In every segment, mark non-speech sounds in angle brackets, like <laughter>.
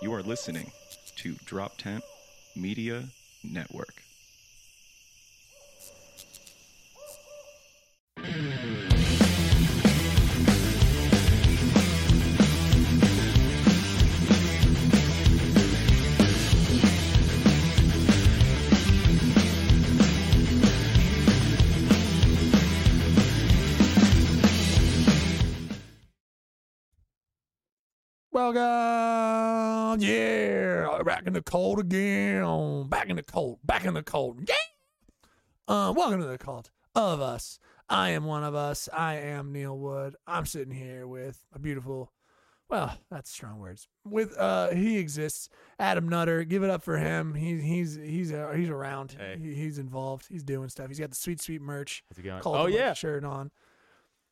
You are listening to Drop Tent Media Network. Welcome, yeah, back in the cold again, back in the cold, back in the cold, yeah. Uh, welcome to the cult of us. I am one of us. I am Neil Wood. I'm sitting here with a beautiful, well, that's strong words. With uh, he exists. Adam Nutter, give it up for him. He's he's he's uh, he's around. Hey. He, he's involved. He's doing stuff. He's got the sweet sweet merch. How's it going? Cult of Oh, Us yeah. shirt on.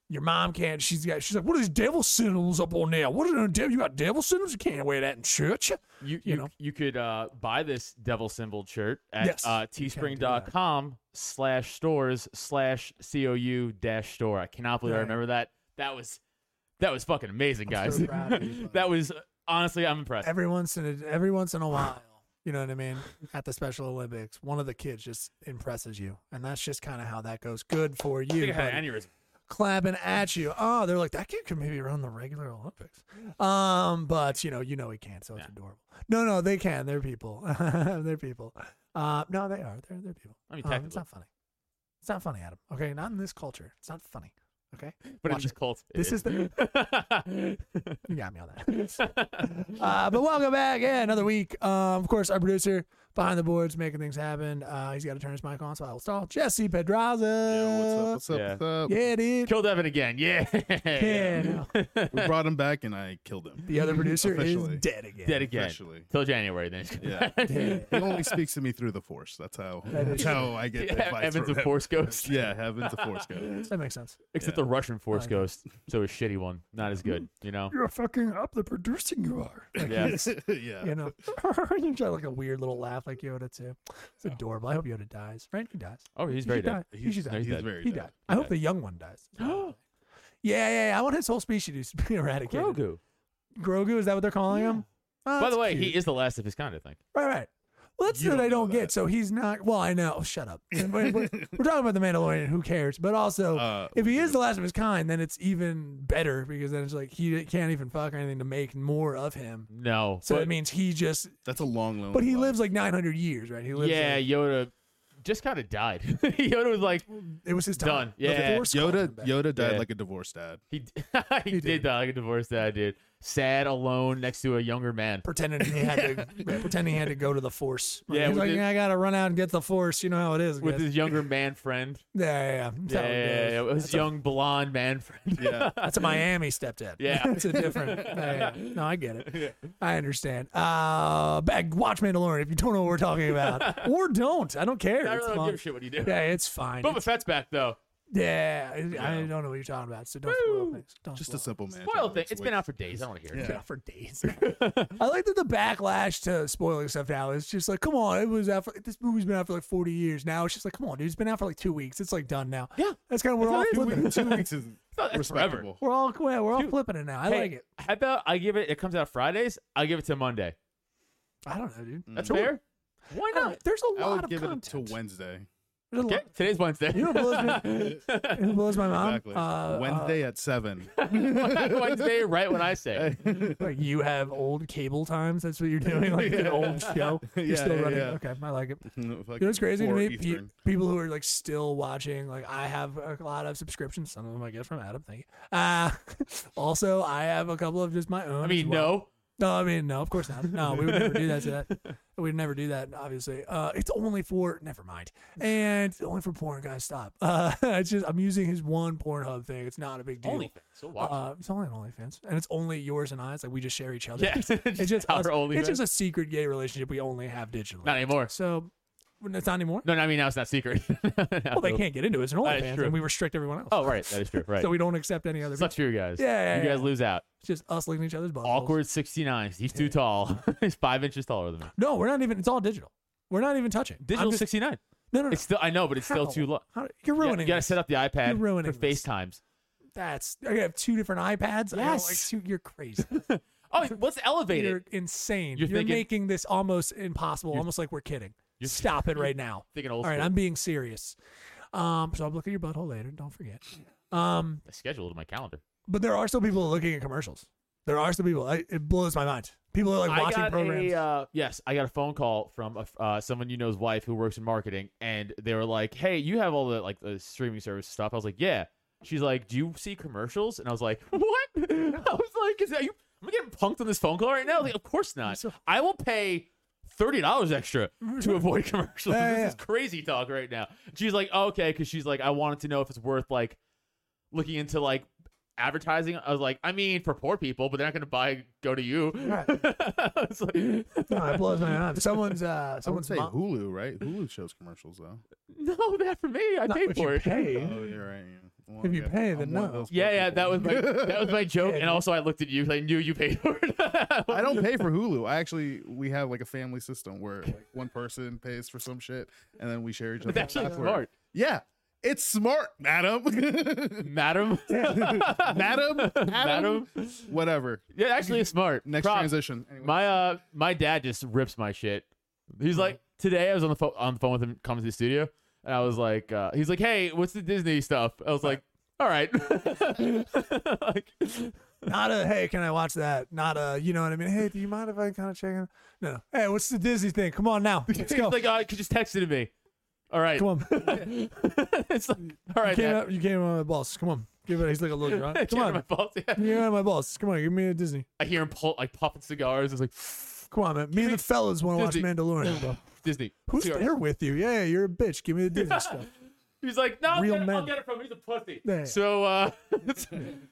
Your mom can't. She's got. She's like, what are these devil symbols up on there? What are the devil? You got devil symbols? You can't wear that in church. You, you you, know. you could uh, buy this devil symbol shirt at Yes, uh, you can do that. teespring.com slash stores slash COU dash store. I cannot believe I Right. remember that. That was that was fucking amazing, I'm guys. so proud <laughs> of you, bud. that was honestly I'm impressed. Every once in a, every once in a while, you know what I mean. At the Special Olympics, one of the kids just impresses you, and that's just kind of how that goes. Good for I you. think I had buddy. an aneurysm. clapping at you. Oh, they're like that kid could maybe run the regular Olympics. Um, but you know, you know he can't, so it's Yeah. adorable. No, no, they can. They're people. <laughs> they're people. Uh, no, they are. They're they're people. I mean, Um, it's technically. not funny. It's not funny, Adam. Okay, not in this culture. It's not funny. Okay, But Watch it's just cult. it This is the <laughs> you got me on that. <laughs> uh, but welcome back. Yeah, another week. Um, of course, our producer behind the boards making things happen. Uh, he's got to turn his mic on, so I will stall. Jesse Pedraza. Yo, what's up? What's Uh, up? Yeah. What's up? Yeah, dude. <laughs> Kill Devin again. Yeah. <laughs> Yeah, We brought him back and I killed him. The other producer Officially. is dead again. Dead again. <laughs> Officially. Till January then. <laughs> Yeah. Dead. He only speaks to me through the force. That's how That that's is- how I <laughs> get that advice. Evan's from a him. force ghost. <laughs> Yeah, heaven's a <laughs> force ghost. That makes sense. <laughs> Except Yeah. the Russian force Like- ghost. So a shitty one. Not as good, you <laughs> know? You're fucking up the producing you are. Like, Yeah. he's- <laughs> yeah. You know, <laughs> you try like a weird little laugh like Yoda too. It's adorable. I hope Yoda dies. Right? He dies. Oh, he's He very should dead. die. He should die. no, He's dead. very He dead. died. I hope the young one <gasps> dies. yeah, yeah, yeah. I want his whole species to <laughs> be eradicated. Grogu. Grogu, is that what they're calling him? Oh, By that's the way, cute. he is the last of his kind, I think. Right, right. Well, that's You what don't I don't know get. that. So he's not. Well, I know. Shut up. We're, we're- <laughs> we're talking about the Mandalorian. Who cares? But also, Uh, if he is the last of his kind, then it's even better because then it's like he can't even fuck anything to make more of him. No. So but- it means he just. That's a long, long. But he life. lives like 900 years, right? He lives. yeah, like- Yoda just kind of died. <laughs> Yoda was like it was his time. done. The Yeah. Force called him Yoda. back. Yoda died Yeah. like a divorced dad. he <laughs> He he, did. did die like a divorced dad did. Sad, alone, next to a younger man. pretending he had <laughs> to pretending he had to go to the force. Right? Yeah, he's with like, his- I gotta run out and get the force. You know how it is. With guys. his younger man friend. yeah, yeah, yeah. <laughs> That's Yeah, how it yeah, goes. yeah, his young blonde man friend. Yeah. That's a Miami stepdad. <laughs> Yeah. it's a <laughs> different. yeah, yeah. No, I get it. I understand. Uh, back, watch Mandalorian if you don't know what we're talking <laughs> about, or don't. I don't care. I It's really don't fine. give a shit what you do. Yeah, it's fine. <laughs> Boba It's- Fett's back though. yeah, I- I don't know what you're talking about, so don't spoil things. Don't Just spoil a simple man. Spoil It's thing. It's way- been out for days. I don't want to hear it. Yeah, <laughs> for <laughs> days. I like that the backlash to spoiling stuff now is just like, come on, it was out for this movie's been out for like forty years now. It's just like, come on, dude, it's been out for like two weeks. It's like done now. Yeah. that's kind of we're all That's how it is. flipping. <laughs> it. Two weeks is not- that's forever. <laughs> respectable. We're all yeah, we're all Dude, flipping it now. I Hey, like it. How about I give it? It comes out Fridays. I'll give it to Monday. I don't know, dude. That's Sure. fair. Why I don't- not? There's a I lot would of give it to content. Wednesday. There's a Okay. lot- Today's Wednesday. You know what blows <laughs> me? you know what blows my mind? Uh, Exactly. Wednesday <laughs> at seven. <laughs> Wednesday, right when I say. <laughs> it. like you have old cable times. That's what you're doing. Like <laughs> an old show. You're Yeah, still yeah, running. yeah. Okay, I like it. you You know what's crazy to me? Pe- people who are like still watching. Like I have a lot of subscriptions. Some of them I get from Adam. Thank you. Uh, <laughs> also, I have a couple of just my own. I as mean, well. no. No, I mean, no, of course not. No, we would never do that to <laughs> that. We'd never do that, obviously. Uh, it's only for, never <laughs> mind. And it's only for porn, guys, stop. <laughs> Uh, it's just, I'm using his one Pornhub thing. It's not a big deal. Only thing. So watch. Uh, it's only an OnlyFans, and it's only yours and I. It's like we just share each other. <laughs> yeah, <laughs> it's just our us. only. It's just a secret gay relationship we only have digitally. not anymore. so it's not anymore. No, no, I mean now it's not secret. <laughs> Well, they can't get into it. It's an That is OnlyFans, true. and we restrict everyone else. Oh, right. That <laughs> is true. Right. So we don't accept any other. Sucks people. for you guys. Yeah, yeah, you yeah. guys lose out. It's just us licking each other's buttholes. Awkward 69. He's too tall. <laughs> He's five inches taller than me. No, we're not even. It's all digital. We're not even touching. I'm Digital just- 69. No, no, no. It's still. I know, but it's still How? too low. How- you're You gotta- ruining. You gotta this. set up the iPad You're ruining for this. FaceTimes. That's. I have two different iPads. I got, like Yes. two, you're <laughs> crazy. Oh, let's elevate you're it. insane. You're, You're thinking- making this almost impossible. Almost like we're kidding. you're- Stop it right now. Thinking All old right, school. I'm being serious. Um, so I'll look at your butthole later. Don't forget. Um, I scheduled it in my calendar. but there are still people looking at commercials. There are still people. I, it blows my mind. People are like I watching got programs. A, uh, yes, I got a phone call from a, f- uh, someone you know's wife who works in marketing, and they were like, "Hey, you have all the like the streaming service stuff." I was like, "Yeah." She's like, "Do you see commercials?" And I was like, <laughs> "What?" I was like, "Is that you?" Am I getting punked on this phone call right now? Like, of course not. I will pay thirty dollars extra to avoid commercials. Yeah, this yeah, is yeah. crazy talk right now. She's like, "Okay," because she's like, "I wanted to know if it's worth like looking into like." Advertising, I was like, I mean, for poor people, but they're not going to buy. Go to you. <laughs> Right. I was <laughs> like, <laughs> no, it blows my mind. Someone's uh, I would someone's say mom- Hulu, right? Hulu shows commercials though. no, that for me. I Not paid if for you it. pay. Oh, you're right. yeah. Well, If you yeah, pay, then I'm one of no. those <laughs> poor Yeah, yeah, that was my people. that was my joke, and also I looked at you. 'cause I knew you paid for it. <laughs> I don't pay for Hulu. I actually we have like a family system where like one person pays for some shit and then we share each other's That's actually password. smart, Yeah. It's smart, madam. madam, <laughs> <laughs> madam. madam, <laughs> Madam. whatever. Yeah, actually, it's smart. Next Prop. transition. Anyway. My uh, my dad just rips my shit. He's like, today I was on the phone on the phone with him coming to the studio, and I was like, uh, he's like, hey, what's the Disney stuff? I was like, all right. <laughs> like, Not a hey, can I watch that? Not a you know what I mean. Hey, do you mind if I kind of check in? No. Hey, what's the Disney thing? Come on now, let's he's go. like, uh, just text it to me. All right. Come on, <laughs> it's like, all you right. came Dad. <laughs> out. You came out of my balls. Come on, give it. He's like a little drunk. Come Can't on, remember my fault, yeah. you came out of my balls. Come on, give me a Disney. I hear him pull, like puffing cigars. It's like Come on, man. Me and the fellas want to watch Disney. Mandalorian. <laughs> Bro. Disney. Who's cigars. there with you? Yeah, yeah, you're a bitch. Give me the Disney stuff. He's like, no, I'll Real get, it, I'll men. get it from him. He's a pussy. Yeah. So, uh, <laughs> it's-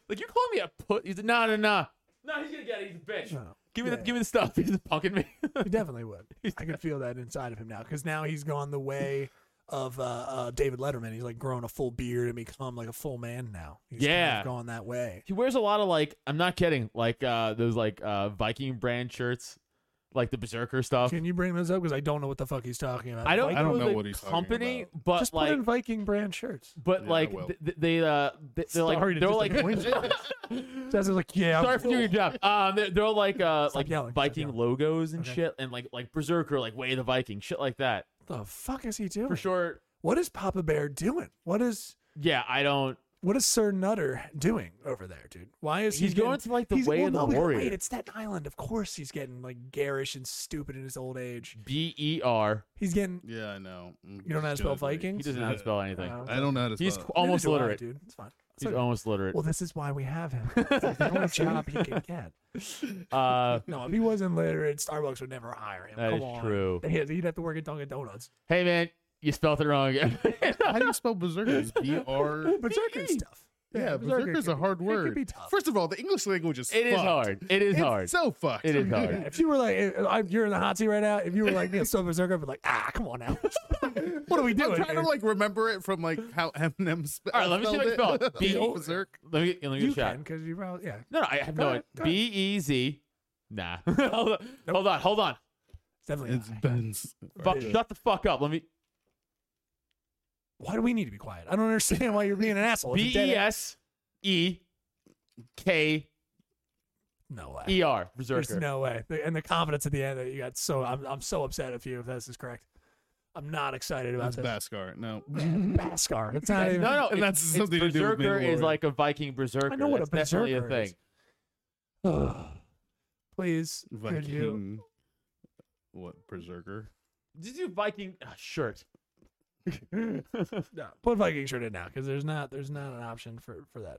like, you call me a pussy? He's like, no, no, no. No, he's gonna get it. He's a bitch. No. Give me Yeah. the, give me the stuff. <laughs> He's punking me. He definitely <laughs> would. I can feel that inside of him now because now he's gone the way of uh, uh, David Letterman. He's like grown a full beard and become like a full man now. He's kind of Yeah. gone that way. he wears a lot of like, I'm not kidding, like uh, those like uh, Viking brand shirts. like the Berserker stuff. Can you bring this up? Because I don't know what the fuck he's talking about. I don't, I don't know the what he's talking company, about. but Just like, put in Viking brand shirts. but Yeah, I like will. th- th- they uh th- they're like Sorry to they're like <laughs> disappoint Jess is like, yeah. I'm sorry for doing your job. Um, they're, they're like uh Stop like yelling, stop Viking yelling. logos and Okay. shit, and like like Berserker, like Way of the Viking, shit like that. What the fuck is he doing? For sure, What is Papa Bear doing? What is yeah. I don't. what is Sir Nutter doing over there, dude? Why is he He's going getting- to, like, the he's- way well, of the no, wait, warrior. Wait, it's Staten Island. Of course, he's getting like garish and stupid in his old age. B E R. He's getting. Yeah, I know. Mm. You don't know how to spell Viking? He doesn't know how to spell <laughs> anything. Uh, I don't know how to spell. He's it. qu- <laughs> almost Neither do I, literate. dude. It's fine. It's He's okay. almost literate. Well, this is why we have <laughs> him. It's the only job he can get. <laughs> Uh, No, if he wasn't literate, Starbucks would never hire him. That Come is on. true. He- He'd have to work at Dunkin' Donuts. hey man, you spelled <laughs> it wrong. How do you spell berserker? <laughs> It's B R. Berserker stuff. Yeah, berserker's could a be- hard it could word. be tough. First of all, the English language is it is fucked. hard. It is It's hard. so fucked. It is hard. If you were like, eh, I'm- you're in the hot seat right now. If you were like, yeah, so berserker, I'd be like, ah, come on now. what are we doing? I'm trying to here? like remember it from like how <laughs> Eminem spe- All right, let me see spelled what <laughs> it's it. <laughs> spelled. B- E berserk. Let me let me get you a shot. can because you probably yeah. No, no, I have no idea. ahead, go B ahead. E Z. Nah. <laughs> hold, on, hold on. Hold on. Definitely. It's not. Ben's. Fuck, shut the fuck up. Let me. Why do we need to be quiet? I don't understand why you're being an asshole. B It's a dead E end. S E K No way. E R. There's Berserker. no way. The- And the confidence at the end that you got so I'm I'm so upset if you if this is correct. I'm not excited about this. That's <laughs> Baskar. No, Baskar. It's not No, even. no. And it's- that's it's something to do with Berserker is Mandalorian. like a Viking berserker. I know what a That's definitely berserker a is. thing. <sighs> Please, could you? Viking. What berserker? Did you do Viking ah, shirt? No, put Viking shirt in now because there's not there's not an option for for that.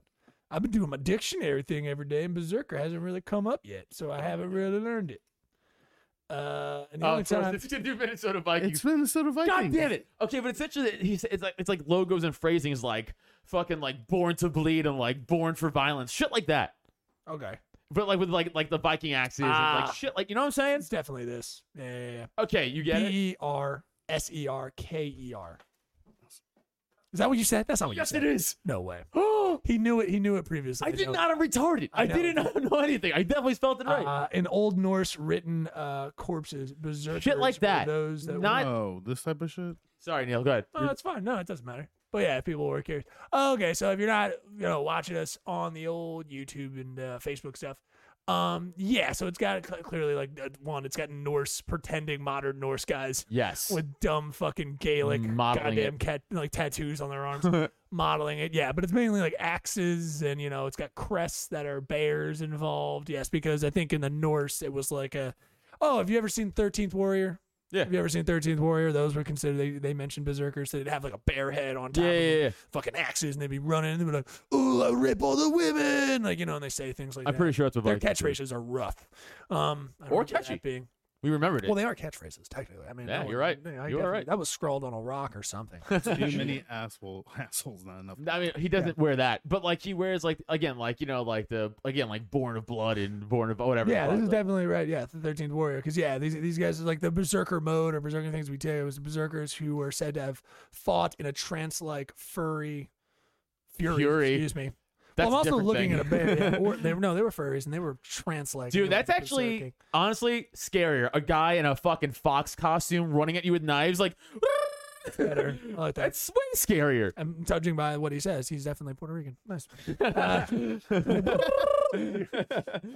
I've been doing my dictionary thing every day, and Berserker hasn't really come up yet, so I haven't really learned it. Uh, and the Oh, only of course, time, it's to do Minnesota Vikings. It's Minnesota Vikings. God damn it! Okay, but essentially, he's, it's like it's like logos and phrasing is like fucking like born to bleed and like born for violence, shit like that. okay, But like with like like the Viking axes, and Ah. like shit, like you know what I'm saying? it's definitely this. Yeah, yeah, Okay, you yeah. get it. B E R S E R K E R. Is that what you said? That's not what Yes, you it said. is. No <gasps> way. I He knew it. He knew it previously. did know it. not. I'm retarded. I, I know. didn't <laughs> know anything. I definitely spelled it right. Uh, in Old Norse written uh, corpses, berserkers, were that. Those that Not- Oh, this type <laughs> of shit. Sorry, Neil. Go ahead. Oh, it's fine. No, it doesn't matter. But yeah, if people were curious. Okay, so if you're not, you know, watching us on the old YouTube and uh, Facebook stuff, um, yeah, so it's got cl- clearly like uh, one, it's got Norse pretending modern Norse guys yes. with dumb fucking Gaelic Modeling goddamn it. cat like tattoos on their <laughs> arms, modeling it. Yeah, but it's mainly like axes and you know, it's got crests that are bears involved. Yes, because I think in the Norse it was like a, oh, have you ever seen Thirteenth Warrior? Yeah. Have you ever seen Thirteenth Warrior? Those were considered. They, they mentioned berserkers. So they'd have like a bear head on top. Yeah, of yeah, them, yeah. Fucking axes, and they'd be running, and they'd be like, "Ooh, I rape all the women," like you know, and they say things like I'm that. pretty sure that's what Their Vikings do. catchphrases are rough. Um, I Or remember that catchy. Being, We remembered it. well, they are catchphrases technically. I mean, Yeah, that you're was- right. yeah, I You are definitely- right. That was scrawled on a rock or something. <laughs> Too many <laughs> asshole assholes. Not enough. I mean, he doesn't wear that, but like he wears like again, like you know, like the again, like born of blood and born of whatever. yeah, this the fuck, is like- definitely right. Yeah, the Thirteenth Warrior, because yeah, these these guys are like the berserker mode or berserker things we take. It was the berserkers who were said to have fought in a trance-like furry fury. Fury. Excuse me. That's well, I'm also a different looking thing. at a bear. <laughs> Yeah, or, they, were- no, they were furries and they were trance-like. Dude, They were that's actually berserking. honestly scarier. A guy in a fucking fox costume running at you with knives, like better. I like that. <laughs> that's way scarier. I'm judging by what he says. He's definitely Puerto Rican. <laughs> Nice. <laughs> I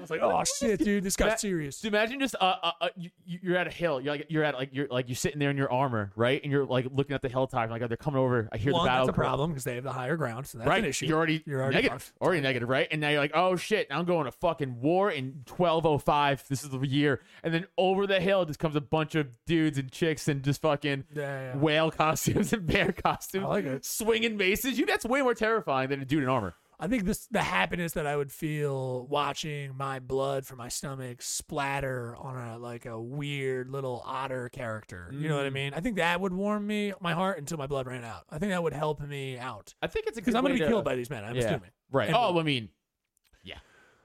was like, oh shit, dude, this got That- serious. So imagine just uh, uh, uh you, you- you're at a hill. You're like you're at like you're like you're sitting there in your armor, right? And you're like looking at the hilltop. Like oh, they're coming over. I hear One, the battle. that's a cry. problem because they have the higher ground, so that's right? an issue. You're already You're already negative, fucked. already negative, right? And now you're like, oh shit, I'm going to fucking war in 1205. This is the year, and then over the hill just comes a bunch of dudes and chicks and just fucking Yeah, yeah. whale costumes <laughs> and bear costumes, I like it. swinging maces. You that's way more terrifying than a dude in armor. I think this the happiness that I would feel watching my blood from my stomach splatter on a like a weird little otter character. You know Mm. what I mean? I think that would warm me my heart until my blood ran out. I think that would help me out I think it's because I'm going gonna to be killed by these men. I'm yeah, assuming. right. And- oh, I mean,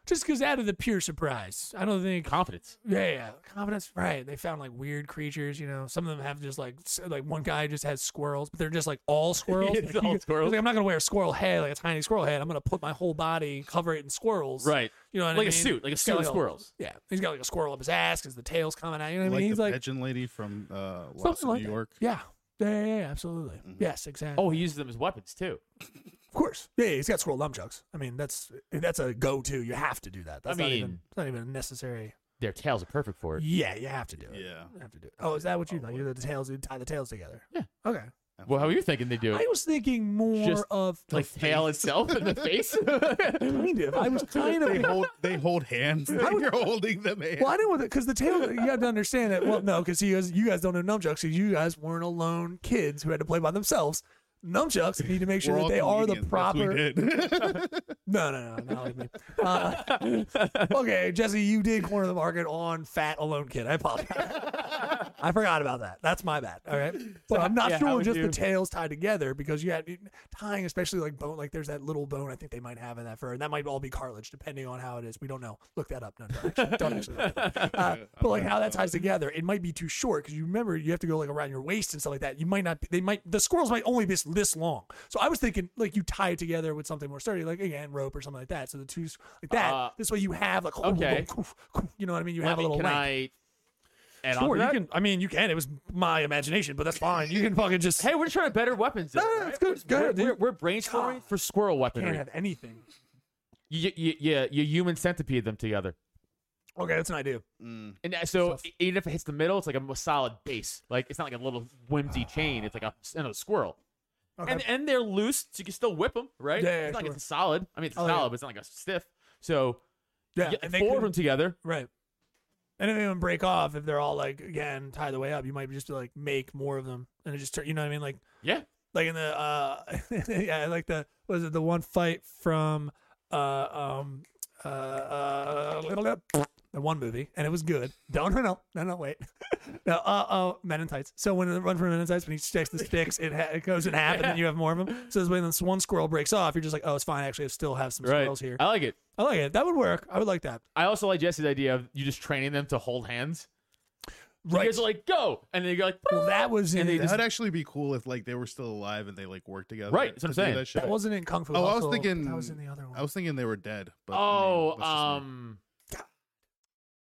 just because out of the pure surprise. I don't think Confidence. yeah, yeah, confidence. Right. They found like weird creatures. You know, some of them have just like s- like one guy just has squirrels, but they're just like all squirrels. <laughs> It's Like, all you- squirrels. Like, I'm not gonna wear a squirrel head, like a tiny squirrel head. I'm gonna put my whole body, cover it in squirrels. Right. You know, what I Like a mean? suit, like a He's suit got, of like, a- squirrels. yeah, he's got like a squirrel up his ass because the tail's coming out. You know what I like mean? He's the like pigeon lady from uh, Lost something in like New that. <laughs> York. Mm-hmm. Yeah. Yeah, yeah, yeah, absolutely. Yes, exactly. Oh, he uses them as weapons too. of course. Yeah, yeah, he's got squirrel lumchucks. I mean, that's that's a go-to. You have to do that. That's not even mean- it's not even a necessary. Their tails are perfect for it. Yeah, you have to do it. Yeah. You have to do it. Oh, is that what you like? You do the tails, you tie the tails together. Yeah. Okay. Well, how are you thinking they do I it? was thinking more Just, of the Like tail itself and the face? <laughs> kind of. I was kind They of. hold they <laughs> hold hands. You're holding them hands. Well, I didn't want to, because the tail. You have to understand that. Well, no, because you guys, you guys don't know nunchucks. Because you guys weren't alone kids who had to play by themselves. Nunchucks need to make sure We're that all they are the comedians. That's what proper. we <laughs> did. <laughs> No, no, no, not like me. Uh, <laughs> okay, Jesse, you did corner the market on Fat Alone Kid. I apologize. I forgot about that. That's my bad. All right, but I'm not yeah, how sure would just you- the tails tied together because you had tying, especially like bone. Like there's that little bone I think they might have in that fur, and that might all be cartilage depending on how it is. We don't know. Look that up. No, no, actually, don't actually. Look that up. Uh, but like how that ties together, it might be too short because you remember you have to go like around your waist and stuff like that. You might not. They might. The squirrels might only be this, this long. So I was thinking like you tie it together with something more sturdy, like again rope or something like that. So the two s- like that. Uh, this way you have like okay. <laughs> You know what I mean? You Let have me- a little Can length. I add on Sure, to you that? can. I mean, you can. It was my imagination, but that's fine. You can fucking just. Hey, we're trying to better weapons. No, no, then, no, right? it's good, it's good, We're- dude. We're, we're brainstorming for squirrel can't weaponry. have anything. You, you, you, you human centipede them together. Okay, that's an idea. Mm. And that- so e- even if it hits the middle, it's like a m- solid base. Like it's not like a little whimsy chain. It's like a you know, squirrel. Ah. Okay. And and they're loose, so you can still whip them, right? Yeah, yeah, it's not like sure. it's solid. I mean, it's Oh, yeah. solid, but it's not like a stiff. So yeah, yeah, and they four of could- them together. Right. And if anyone break off, if they're all like again tied the way up, you might just like make more of them, and it just turn. You know what I mean? Like Yeah, like in the uh <laughs> yeah like the was it the one fight from uh um uh, uh little the one movie and it was good no no no no no wait <laughs> no uh oh men in tights so when the run for men in tights when he sticks the sticks it, ha- it goes in half and then you have more of them so this way when this one squirrel breaks off you're just like oh it's fine actually I still have some right. squirrels here I like it. I like it that would work I would like that I also like Jesse's idea of you just training them to hold hands. You right guys are like go, and then you're like well that was in That would actually be cool if like they were still alive and they like worked together. Right, that's what I'm to do saying. That, shit. that wasn't in Kung Fu Oh, I was Hustle, but thinking- that was in the other one I was thinking they were dead. But oh, I mean, that's just me. um,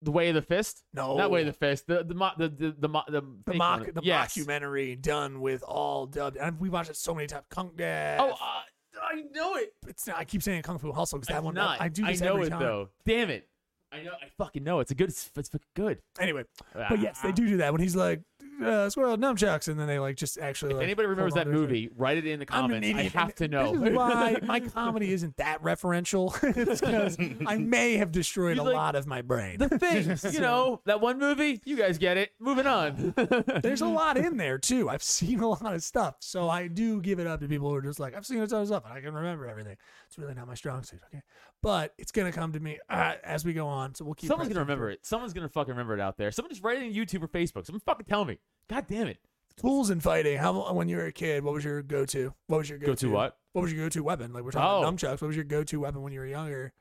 the way of the fist. no Not way of the fist. The the mo- the the the mo- the, the fake mock one. the yes. mockumentary done with all dubbed and we watched it so many times kung yeah, Oh, uh, I know it. it's not, i keep saying kung fu hustle because I that did one not. i do this know every it time though. Damn it. I know. I fucking know. It's a good. It's, it's fucking good. anyway Ah. but yes they do do that when he's like uh, squirrel nunchucks and then they like just actually If like, anybody hold remembers on that to their thing. movie, write it in the I'm an comments. I idiot. have to know. This is <laughs> why my comedy isn't that referential. <laughs> it's because I may have destroyed He's a like- lot of my brain. the things, you know, that one movie. You guys get it. <laughs> Moving on. There's Mm. a lot in <laughs> there too. I've seen a lot of stuff, so I do give it up to people who are just like, I've seen a ton of stuff and I can remember everything. It's really not my strong suit, okay? But it's gonna come to me uh, as we go on, so we'll keep. Someone's gonna pressing remember it. Someone's gonna fucking remember it out there. Someone just write it in YouTube or Facebook. Someone fucking tell me. God damn it. through. tools in fighting. How when you were a kid, what was your go-to? What was your go-to? Go-to what? What was your go-to weapon? Like we're talking Oh. about nunchucks. What was your go-to weapon when you were younger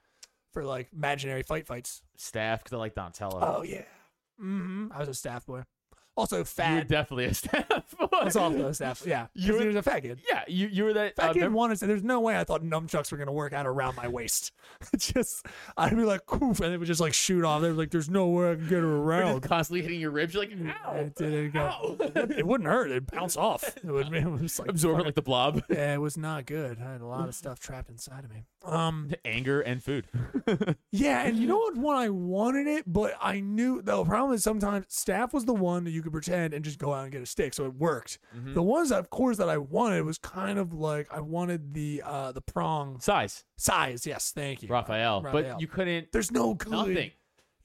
for like imaginary fight fights? Staff, because I like Donatello. Oh yeah. Mm-hmm. I was a staff boy. Also you were fat. definitely a <laughs> staff. boy. I was also a staff. Yeah. <laughs> You Because were- he was a fat kid. Yeah, you you were that. If I uh, kid mem- one and said, "There's no way I thought nunchucks were gonna work out around my waist." <laughs> It's just I'd be like, "Oof," and it would just like shoot off. They were like, "There's no way I can get it You're around." just constantly hitting your ribs. You're like, ow, It <laughs> didn't go. ow. It wouldn't hurt. It'd bounce <laughs> off. It would. It was like, Absorb it like the blob. <laughs> yeah, it was not good. I had a lot of stuff trapped inside of me. Um, Anger and <laughs> food. yeah, and you know what? When I wanted it, but I knew the problem is sometimes staff was the one that you could pretend and just go out and get a stick, so it worked. Mm-hmm. The ones, of course, that I wanted was kind of like I wanted the uh the prong Size, size. Yes, thank you. Raphael. Raphael. But you couldn't. There's no good. Nothing.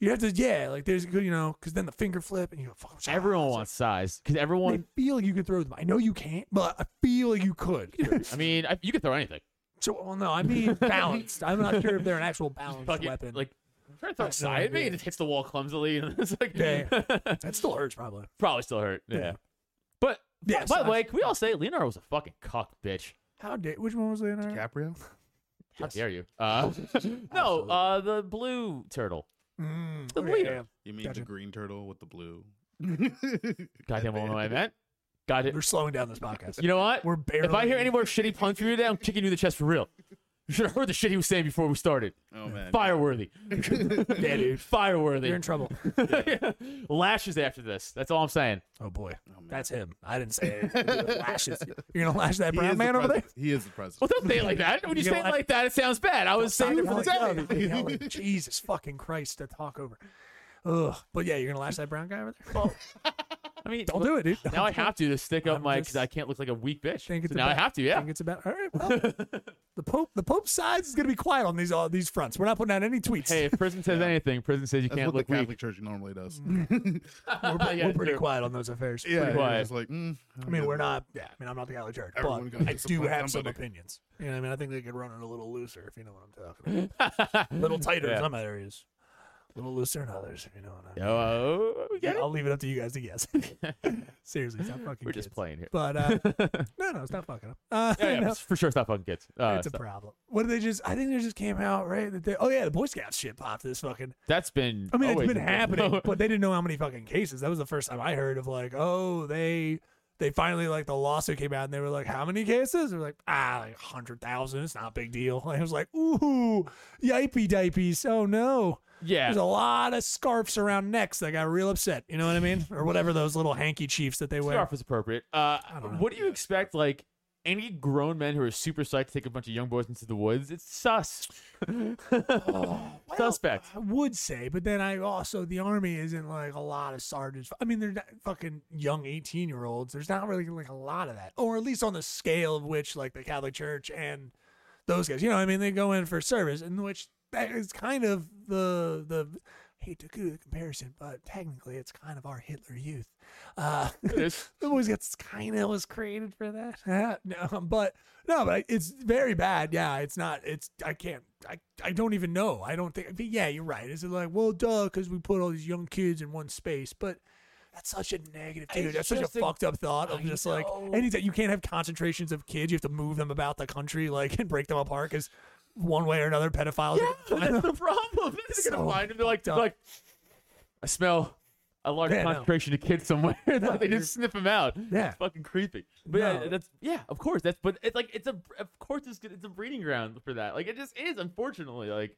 You have to, yeah, like there's good, you know, because then the finger flip and you go, fuck, Everyone wants size because everyone. I feel you could throw them. I know you can't, but I feel you could. <laughs> I mean, I, you could throw anything. so, well, no, I <laughs> mean balanced. I'm not sure if they're an actual balanced Fuck it, weapon. Like, try to throw I a have no side at me idea. and it hits the wall clumsily, and <laughs> it's like Yeah, that still hurts, probably. <laughs> probably still hurt. Yeah. But Yeah, by size- the way, can we all say Leonardo was a fucking cock bitch? um, <laughs> How did? Which one was Leonardo? DiCaprio. How dare you? Uh, <laughs> no, uh, the blue turtle. Mm, The oh, leader. yeah. You mean Gotcha. the green turtle with the <laughs> blue? Oh, Goddamn, I know what I meant. Got it. We're slowing down this podcast. You know what? We're barely. If I <laughs> hear any more shitty puns from you today, I'm kicking you in the chest for real. You should have heard the shit he was saying before we started. Oh man. Fireworthy. yeah, dude, Fireworthy. you're in trouble. <laughs> Lashes after this. That's all I'm saying. Oh boy, that's him. I didn't say it. <laughs> lashes. You're gonna lash that He is brown the man over there. pres- He is the president. Well, don't say it like that. When you You say know it what? like that, it sounds bad. I was saying Stop yelling, profanity. yelling, yelling. <laughs> Jesus fucking Christ, to talk over. Ugh. But yeah, you're gonna lash that brown guy over there. I mean, Don't do it, dude. now I have to to stick up I'm my because just- I can't look like a weak bitch. Think it's So now I about- have to. Yeah. Think it's about all right. <laughs> Well, the Pope, the Pope's sides is gonna be quiet on these all these fronts. We're not putting out any tweets. Hey, if prison says anything, prison says you That's can't what the look Catholic weak. Church normally Mm. <laughs> does. we're, <laughs> yeah, we're pretty true. quiet on those affairs. yeah, quiet. it's like mm, I mean, we're not. Yeah, I mean, I'm not the Catholic Church, Everyone but gotta I do discipline have some somebody. opinions. You know, what I mean, I think they could run it a little looser, if you know what I'm talking about. <laughs> little tighter in Yeah. some areas, a little looser in others. If you know what I mean. Oh, we get Yeah, it. I'll leave it up to you guys to <laughs> guess. <laughs> Seriously, stop fucking. We're just kids. playing here. But uh, <laughs> no, no, stop fucking up. Uh, Yeah, <laughs> yeah, no, for sure, stop fucking kids. Uh, it's a stop. problem. What did they just? I think they just came out right. That they, oh yeah, the Boy Scout shit popped this fucking. That's been. I mean, always it's been a problem. <laughs> happening, but they didn't know how many fucking cases. That was the first time I heard of like, oh, they they finally like the lawsuit came out and they were like, how many cases? They're like, ah, like hundred thousand. It's not a big deal. <laughs> And I was like, ooh, yipey diapies. Oh no. yeah. There's a lot of scarves around necks that got real upset. You know what I mean? Or whatever those little hanky chiefs that they wear. Scarf is appropriate. Uh, don't know. what do you expect, like, any grown men who are super psyched to take a bunch of young boys into the woods? <laughs> It's sus. <sighs> Oh, Suspect. I would say, but then I also the army isn't like a lot of sergeants. I mean, they're not fucking young eighteen year olds. There's not really like a lot of that, or at least on the scale of which like the Catholic Church and those guys. You know, what I mean, they go in for service, in which that is kind of the the hate to do the comparison, but technically it's kind of our Hitler Youth. Uh, <laughs> is. the Boy Scouts kind of was created for <laughs> that. no, but no, but it's very bad. Yeah, it's not. It's I can't. I I don't even know. I don't think. But yeah, you're right. Is it like well, duh, because we put all these young kids in one space, but. That's such a negative, dude. It's That's such a just a- fucked up thought of I just like know. anything. You can't have concentrations of kids. You have to move them about the country, like <laughs> and break them apart because one way or another, pedophiles. Yeah, that's the problem. They're just So gonna find him. They're like, they're dumb. like, I smell a large Yeah, no. concentration of kids somewhere. <laughs> It's like they you're- just sniff him out. Yeah. it's fucking creepy. But yeah, No. that's yeah, of course. That's but it's like it's a of course it's it's a breeding ground for that. Like it just is, unfortunately. Like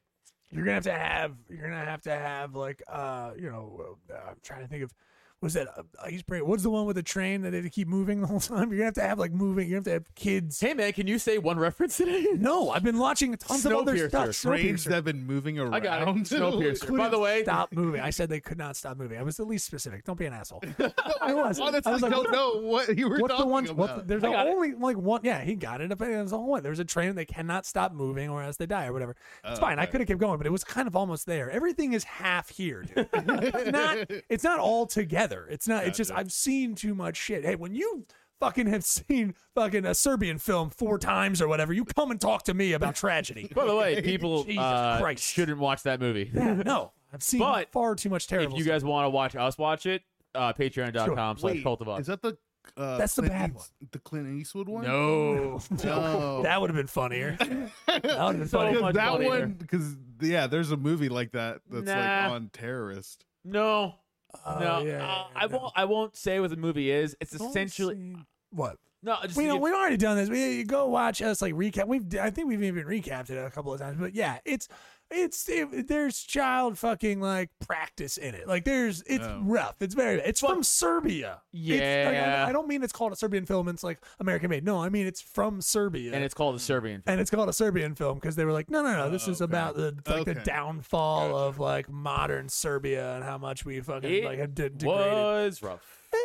you're gonna have to have you're gonna have to have like uh you know uh, I'm trying to think of was that uh, icebreaker? What's the one with the train that they had to keep moving the whole <laughs> time? You're gonna have to have like moving. You have to have kids. hey man, can you say one reference today? No, I've been watching tons of other Snowpiercer. stuff. trains Snowpiercer. that have been moving around. I got <laughs> it. Snowpiercer. By the way, Stop moving. I said they could not stop moving. I was the least specific. Don't be an <laughs> asshole. I was. I was honestly, like, don't what- know what you were What's the talking one? What's the, about. there's I a got it. only like one. Yeah, he got it. But There's only one. There's a train they cannot stop moving, or else they die, or whatever. It's Oh, fine. I could have kept going, but it was kind of almost there. Everything is half here. <laughs> Dude. it's not. It's not all together. It's not. It's just I've seen too much shit. Hey, when you fucking have seen fucking a Serbian film four times or whatever, you come and talk to me about tragedy. <laughs> By the way, <laughs> people Jesus uh, Christ. shouldn't watch that movie. Yeah, no, I've seen But far too much if terrible. you stuff. guys want to watch us watch it, uh, patreon.com slash Wait, cult of us. Is that the? Uh, That's the Clint bad East- The Clint Eastwood one. no. <laughs> No. that would have been <laughs> funnier. That would have been So funnier. much Because that funnier. one, because yeah, there's a movie like that that's like Nah. on terrorist. No. Oh, no. yeah, yeah, Uh, I no. won't I won't say what the movie is. It's I've only essentially seen- what No, just we to know, give- we've already done this. We you go watch us like recap. We've I think we've even recapped it a couple of times. But yeah, it's it's it, there's child fucking like practice in it. Like there's it's Oh. rough. It's very it's from Serbia. It's- like, I- Yeah. I, don't mean it's called a Serbian film. and It's like American made. No, I mean it's from Serbia. and it's called the Serbian. and it's called a Serbian film because they were like, no, no, no, this Oh, is okay. about the like the Okay. downfall of like modern Serbia and how much we fucking <laughs> It like have de- degraded. was rough.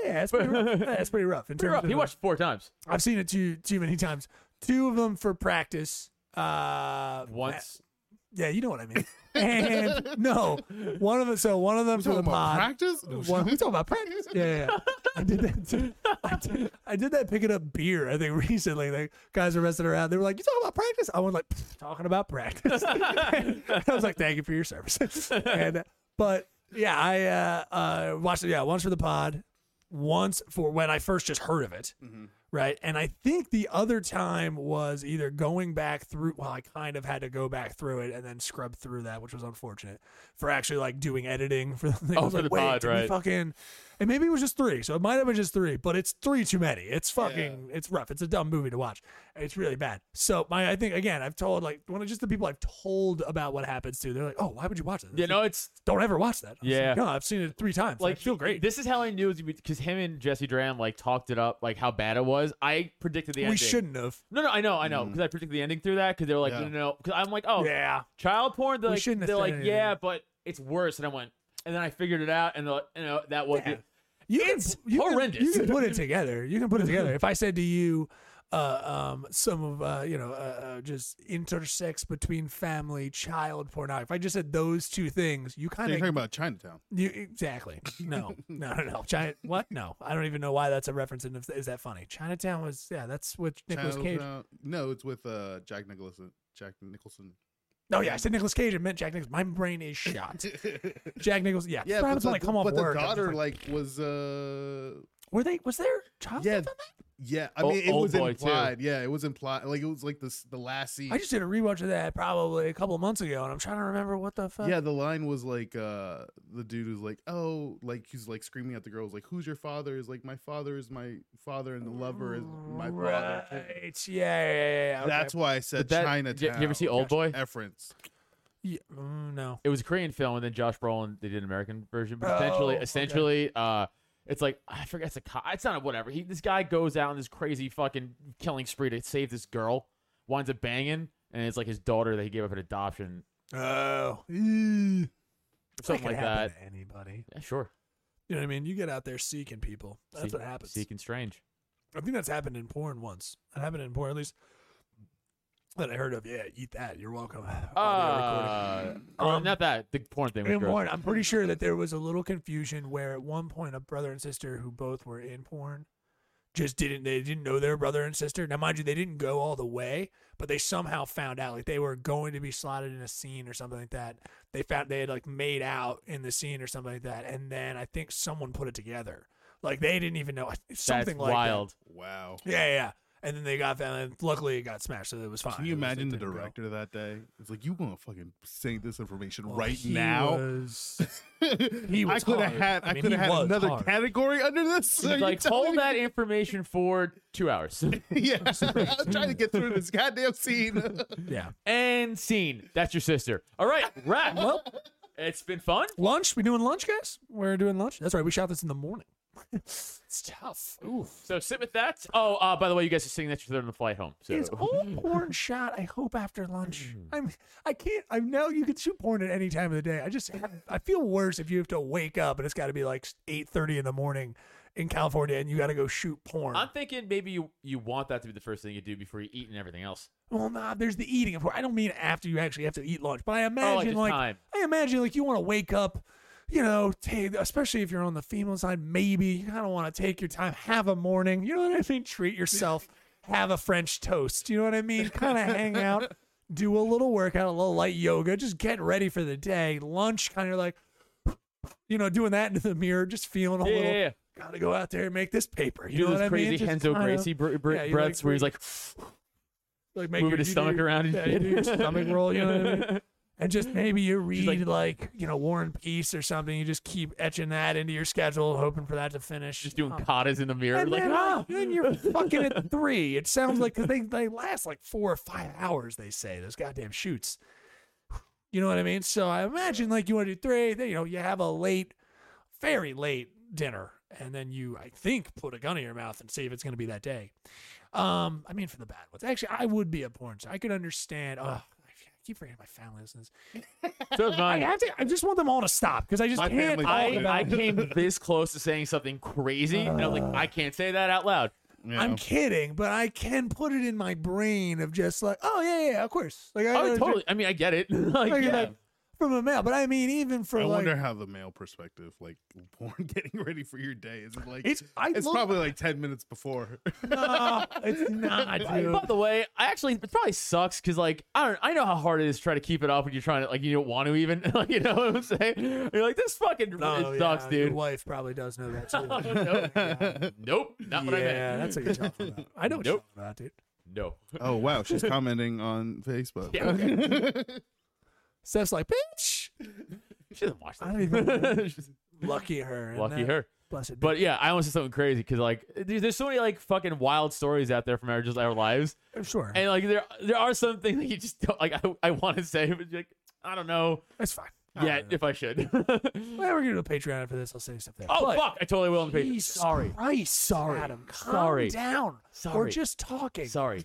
Yeah, it's pretty rough. Yeah, it's pretty rough. In Pretty terms rough. of He like- watched it four times. I've seen it too too many times. Two of them for practice. Uh, Once yeah, you know what I mean. And no, one of them. So one of them for Talking the about pod. practice. No, One, we talking about practice? Yeah, yeah, yeah. I did that. Too. I did, I did that picking up beer. I think <laughs> recently, like guys were messing around. They were like, "You talking about practice?" I was like, "Pfft, "Talking about practice." <laughs> I was like, "Thank you for your service." <laughs> And but yeah, Mm-hmm. I uh, uh, watched it. Yeah, once for the pod, once for when I first just heard of it right? And I think the other time was either going back through. Well, I kind of had to go back through it and then scrub through that, which was unfortunate for actually like doing editing for the thing. I Oh, was for like, the wait, pod, did we right. Fucking, and maybe it was just three, so it might have been just three, but it's three too many. It's fucking, it's rough. It's a dumb movie to watch. It's really bad. So my, I think again, I've told like one of just the people I've told about what happens to, they're like, oh, why would you watch that? You know, it's don't ever watch that. I was like, Yeah. no, I've seen it three times. Like, I like feel great. This is how I knew because him and Jesse Dram like talked it up, like how bad it was. I predicted the we ending. shouldn't have. No, no, I know, I know, because I predicted the ending through that. Because they were like, Yeah. no, no, no. Because I'm like, oh, Yeah. child porn. They're We like, shouldn't have they're said like, anything. yeah, but it's worse. And I went, and then I figured it out, and they're like, you know, that was Yeah. it. You can- It's you can, horrendous. you can put it together. You can put it together. If I said to you, uh, um, some of uh, you know, uh, uh, just intersex between family, child pornography. If I just said those two things, you So kind you're of talking about Chinatown. You exactly. <laughs> No, no, no, no. China, what? No, I don't even know why that's a reference. And if- is that funny? Chinatown was yeah. That's what Nicholas Cage. Chinatown- No, it's with uh, Jack Nicholson. Jack Nicholson. No, Oh, yeah, I said Nicholas Cage. I meant Jack Nicholson. My brain <laughs> is shot. Jack Nicholson. Yeah, yeah, What but happens the, when I come off but the work, I'm just daughter like, like was uh were they? Was there child? yeah stuff yeah. I O- mean, it Old was Boy, too. implied. Yeah, it was implied. Like it was like this the last scene. in- I just did a rewatch of that probably a couple of months ago, and I'm trying to remember what the fuck. Yeah, the line was like uh the dude was like, "Oh, like he's like screaming at the girls like, "Who's your father?" Is like, "My father is my father and the lover is my right. father." Yeah, yeah, yeah. yeah, okay. That's why I said But that- Chinatown. you ever see Old Boy? Reference. Yeah, mm, no. It was a Korean film, and then Josh Brolin they did an American version. But essentially, Oh, okay. essentially, uh, it's like I forget it's a co- it's not a whatever. He this guy goes out on this crazy fucking killing spree to save this girl, winds up banging, and it's like his daughter that he gave up at adoption, Oh, Ew. could something like happen that. to anybody. Yeah, sure. You know what I mean? You get out there seeking people. That's Seek- what happens. Seeking strange. I think that's happened in porn once. That happened in porn, at least that I heard of. Yeah, eat that. You're welcome. Audio Uh, well, Um, not that the porn thing. recording. Was In gross. porn, I'm pretty sure that there was a little confusion where at one point a brother and sister who both were in porn just didn't they didn't know their brother and sister. Now mind you, they didn't go all the way, but they somehow found out like they were going to be slotted in a scene or something like that. They found they had like made out in the scene or something like that, and then I think someone put it together. Like they didn't even know That's something like that. wild. Wow. Yeah, yeah, yeah. And then they got that, and luckily it got smashed, so it was fine. Can you It was- imagine it the didn't go. director that day? It's like you gonna fucking say this information Well, right Oh, he <laughs> now. was- he he was I could have hard. had I I mean, could have he had was another hard. category under this. Are He's <laughs> you like, telling hold me- that information for two hours <laughs> yeah, <laughs> I'm trying to get through this goddamn scene. yeah. and scene. That's your sister. All right, wrap. Well, It's been fun. lunch. We doing lunch, guys? We're doing lunch. That's right. We shot this in the morning. <laughs> it's tough. Oof. So sit with that. Oh, uh, by the way, you guys are sitting that you're third on the flight home. So Is all porn shot? I hope after lunch. I'm. I can't. I know you can shoot porn at any time of the day. I just. Have, I feel worse if you have to wake up and it's got to be like eight thirty in the morning in California and you got to go shoot porn. <laughs> I'm thinking maybe you you want that to be the first thing you do before you eat and everything else. Well, nah, there's the eating of course. I don't mean after you actually have to eat lunch, but I imagine just like Oh, time. I imagine like you want to wake up, you know, take, especially if you're on the female side, maybe you kind of want to take your time, have a morning, you know what I mean? Treat yourself, have a French toast, you know what I mean? Kind of hang out, do a little workout, a little light yoga, just get ready for the day. Lunch, kind of like, you know, doing that into the mirror, just feeling a Yeah, little. yeah, yeah. Gotta go out there and make this paper. You You know do what those I mean? crazy Just Henzo kinda- Gracie br- br- yeah, you, breaths like, where he's <laughs> like like make moving your, his you do stomach your- around and yeah, you shit. do your stomach roll, you know what I mean? <laughs> And just maybe you She's like- read like, you know War and Peace or something. You just keep etching that into your schedule, hoping for that to finish. Just doing Oh. katas in the mirror, And like then, ah. then you're fucking at three. It sounds like 'cause they they last like four or five hours. They say those goddamn shoots. You know what I mean? So I imagine like you want to do three. Then you know you have a late, very late dinner, and then you I think put a gun in your mouth and see if it's going to be that day. Um, I mean for the bad ones. Actually, I would be a porn. star. I could understand. Oh, I keep forgetting my family listens. So it's I mine. have to. I just want them all to stop because I just My can't. family talk I, about Uh. I came this close to saying something crazy, and I'm like, I can't say that out loud. Yeah. I'm kidding, but I can put it in my brain of just like, oh yeah, yeah, of course. Like I Oh, gotta totally. I mean, I get it. <laughs> like, drink- like, yeah. like, from a male, but I mean even for I like wonder how the male perspective, like porn, <laughs> getting ready for your day is. It like it's I it's look- probably like ten minutes before. no, oh, <laughs> it's not, By dude. by the way, I actually it probably sucks because like I don't I know how hard it is to try to keep it up when you're trying to like you don't want to even <laughs> like you know what I'm saying. You're like this fucking No, it sucks, yeah, Your dude. <laughs> wife probably does know that too. nope, <laughs> not yeah, what I meant. that's what you're talking about. I know what Nope. you're talking about, dude. No. <laughs> oh wow, <laughs> she's commenting on Facebook. Yeah, <laughs> Steph's like, bitch. She doesn't watch that. I don't <laughs> even- She's- Lucky her. and Lucky that- her. Blessed. But yeah, I almost said something crazy because like dude, there's so many like fucking wild stories out there from our just our lives, be. Oh, sure. and like there there are some things that you just don't like. I, I want to say, but you're like I don't know That's fine. yet if I should. <laughs> oh Well, we're gonna do a Patreon after this. I'll save stuff there. But- fuck, I totally will. on the Patreon. Jesus Sorry, Christ, sorry, Adam, calm sorry. down. We're Sorry. just talking. sorry,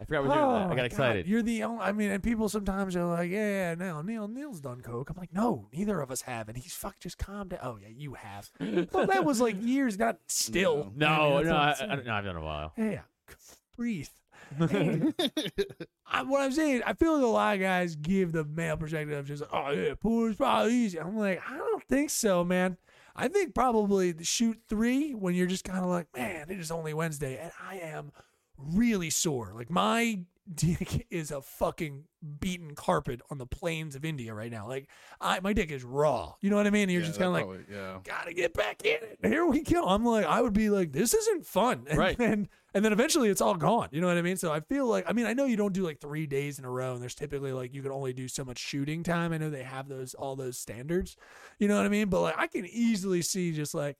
I forgot we're doing Oh, that. I my got God. excited. You're the only. I mean, and people sometimes are like, "Yeah, yeah, no, Neil, Neil's done coke." I'm like, "No, neither of us have." And he's fuck, just calm down. Oh yeah, you have. well, that was like years, <laughs> not still. No, I mean, that's all I'm no, I, I, saying. no, I've done it in a while. Yeah, yeah. breathe. Hey, I, what I'm saying, I feel like a lot of guys give the male perspective of just, oh yeah, porn's probably easy. I'm like, I don't think so, man. I think probably the shoot three when you're just kind of like, man, it is only Wednesday, and I am really sore. Like my <laughs> dick is a fucking beaten carpet on the plains of India right now. Like I, my dick is raw. You know what I mean? And you're Yeah, just that kind of like, probably- yeah. gotta get back in it. Here we go. I'm like, I would be like, this isn't fun. <laughs> And Right. Then, and then eventually it's all gone. You know what I mean? So I feel like, I mean, I know you don't do like three days in a row and there's typically like, you can only do so much shooting time. I know they have those, all those standards. You know what I mean? But like, I can easily see just like,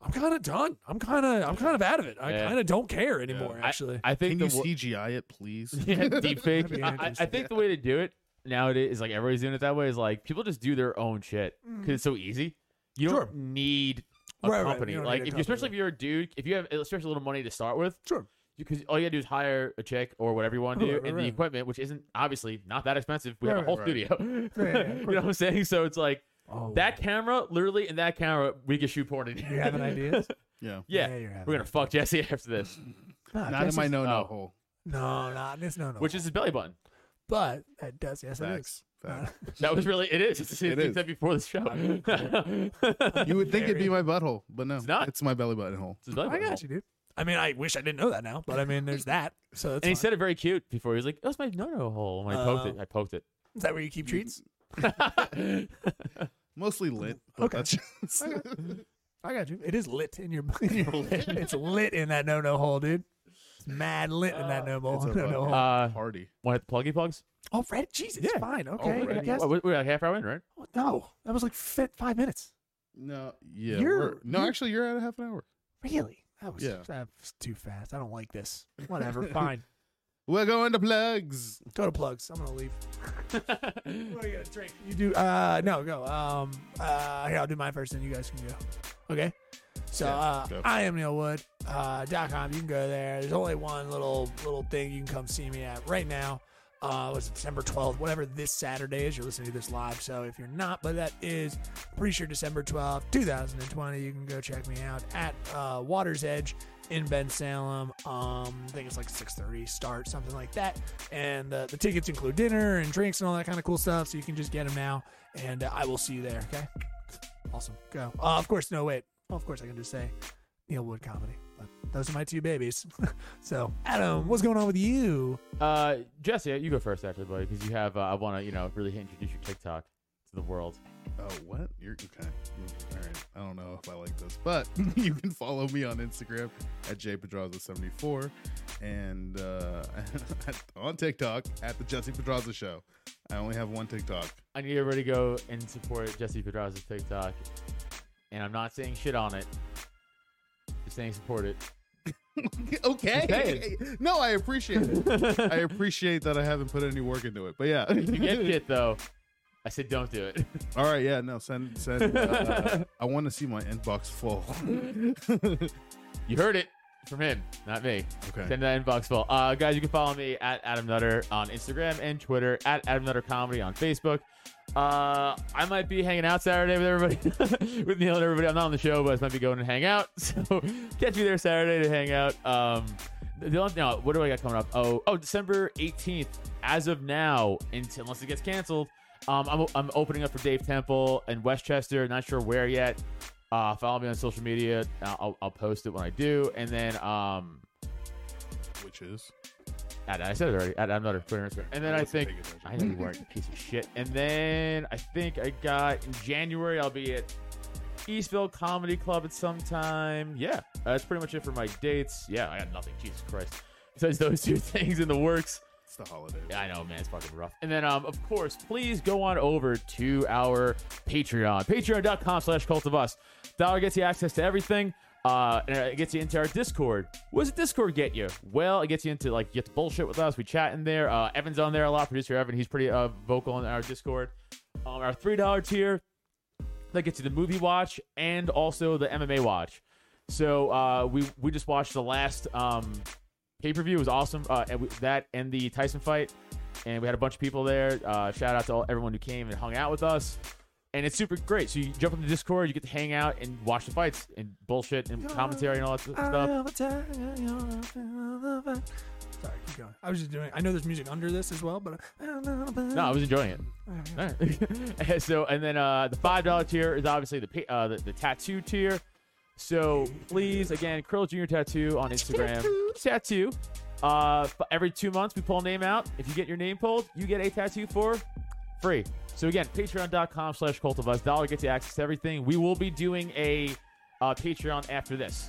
I'm kind of done. I'm kind of, I'm kind of out of it. I Yeah. kind of don't care anymore, I- actually. I, think Can the you wo- <laughs> CGI <laughs> it, please? yeah, deep fake. That'd be I, I- I interesting. think the way to do it nowadays is like everybody's doing it that way. Is like people just do their own shit because it's so easy. You Mm. Sure. don't need a Right, right, you company. don't need Like a if, company, especially right. if you're a dude, if you have especially a little money to start with, sure. because all you gotta do is hire a chick or whatever you want to do, Right, right, and right. the equipment, which isn't obviously not that expensive. We have Right, a whole right, studio. <laughs> yeah, of you know course. what I'm saying? So it's like Oh, that camera, literally, and that camera, we can shoot porn in you here. having <laughs> ideas? Yeah. Yeah, yeah, you're we're having gonna fuck Jesse after this, Nah, Not in this my is- no no oh. hole. No, not this. No, no. which is his belly button. but that does. Yes, it is. Facts. <laughs> Facts. That was really it is. It's, It it's is. said before the <laughs> show. You would think it'd be my butthole, but no, It's not. It's my belly button hole. It's his belly I button. got you, dude. I mean, I wish I didn't know that now, but I mean, there's that. So that's And he fine. said it very cute before. He was like, "That's my no-no hole." When I poked Oh. it, I poked it. is that where you keep <laughs> treats? Mostly lit. But Okay. <laughs> That's just, I got you. It is lit in your. <laughs> In your it's lit in that no no hole, dude. It's mad lit in that no no <laughs> it's a no no button. hole. <laughs> Uh, party. Want to pluggy plugs? Oh, Red, Jesus, yeah. fine, okay. I Already? guess. What, we're like half hour in, right? Oh, no, that was like fit five minutes. No. Yeah. You're- we're- no, you're- actually, you're at a half an hour. Really? That was Yeah. that was too fast. I don't like this. <laughs> Whatever, fine. We're going to plugs. Go to plugs. I'm <laughs> gonna leave. what are you gonna drink? You do? Uh, no, go. Um, uh, here I'll do mine first, and you guys can go. Okay. So Yeah, uh, go. I am Neil Wood. Uh, dot com. You can go there. There's only one little little thing you can come see me at right now. Uh, was it December 12th, whatever this Saturday is. You're listening to this live, so if you're not, but that is pretty sure December 12th, 2020. You can go check me out at uh, Water's Edge in Ben Salem. Um, I think it's like 6:30 start, something like that. And uh, the tickets include dinner and drinks and all that kind of cool stuff, so you can just get them now. And uh, I will see you there. Okay. Awesome. Go. Uh, of course, no, wait. Well, of course, I can just say Neil Wood comedy. But those are my two babies. <laughs> so, Adam, what's going on with you? Uh, Jesse, you go first, actually, buddy, because you have. Uh, I want to, you know, really introduce your TikTok to the world. Oh, what? You're okay. You- all right. I don't know if I like this, but <laughs> you can follow me on Instagram at jpedraza74 and uh, <laughs> on TikTok at the Jesse Pedraza Show. I only have one TikTok. I need everybody to go and support Jesse Pedraza's TikTok, and I'm not saying shit on it. Just saying, support it. <laughs> okay. Okay. No, I appreciate it. I appreciate that I haven't put any work into it. But yeah. <laughs> You get shit though. I said, don't do it. <laughs> All right, yeah, no, send send. <laughs> Uh, I want to see my inbox full. You heard it from him, not me. Okay. Send that inbox full. Uh, guys, you can follow me at Adam Nutter on Instagram and Twitter, at Adam Nutter Comedy on Facebook. Uh, I might be hanging out Saturday with everybody, <laughs> with Neil and everybody. I'm not on the show, but I might be going to hang out. <laughs> So catch me there Saturday to hang out. Um, the only, no, what do I got coming up? Oh, oh, December 18th. As of now, until unless it gets canceled, Um, I'm, I'm opening up for Dave Temple in Westchester. Not sure where yet. Uh, follow me on social media. I'll, I'll- I'll post it when I do. And then um, <laughs> which is I, I said it already. I, I'm not a Twitter. Instagram. And then I Listen, think pay attention. I know you weren't piece of shit. And then I think I got in January. I'll be at Eastville Comedy Club at some time. Yeah, uh, that's pretty much it for my dates. Yeah, I got nothing. Jesus Christ. Besides those two <laughs> things in the works. it's the holidays. Yeah, I know, man. It's fucking rough. And then, um, of course, please go on over to our Patreon, patreon.com slash cult of us. Dollar gets you access to everything. Uh, and it gets you into our Discord. What does Discord get you? Well, it gets you into like you get to bullshit with us. We chat in there. Uh, Evan's on there a lot. Producer Evan, he's pretty uh, vocal on our Discord. Um, our three dollar tier, that gets you the movie watch and also the MMA watch. So uh, we we just watched the last um, pay per view was awesome. Uh, and we, that and the Tyson fight, and we had a bunch of people there. Uh, shout out to all, everyone who came and hung out with us. And it's super great. So you jump on the Discord, you get to hang out and watch the fights and bullshit and commentary and all that Oh, stuff. Sorry, keep going. I was just doing. I know there's music under this as well, but No, I was enjoying it. All right. <laughs> And so and then uh, the five dollar tier is obviously the, pa- uh, the the tattoo tier. So please again, Curl Junior Tattoo on Instagram. Tattoo. Uh, f- every two months we pull a name out. If you get your name pulled, you get a tattoo for free. So again, patreon.com slash cult of us. Dollar gets you access to everything. We will be doing a uh, Patreon after this.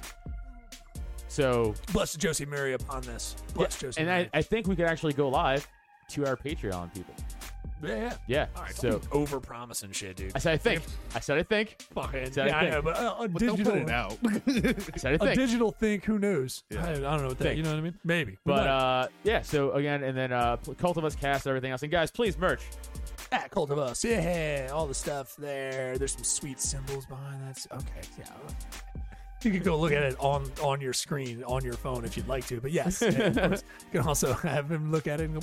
So bless Josie Murray upon this. Bless yeah, Josie. and I, Murray. I think we could actually go live to our Patreon people. yeah, yeah. Yeah. All right, so so over promising shit, dude. I said I think. I said I think. Fucking, said I yeah, I think. know, but uh, a But digital, don't put it <laughs> out. <laughs> I said I a think. digital think. Who knows? Yeah. I, I don't know what that. Think. You know what I mean? Maybe. We But might. uh, yeah, so again, and then uh, Cult of Us cast everything else. And guys, please merch. at Cult of Us. Yeah, all the stuff there. There's some sweet symbols behind that. s- Okay, yeah. You can go look at it on on your screen on your phone if you'd like to. But yes, yeah, of course. you can also have him look at it and go.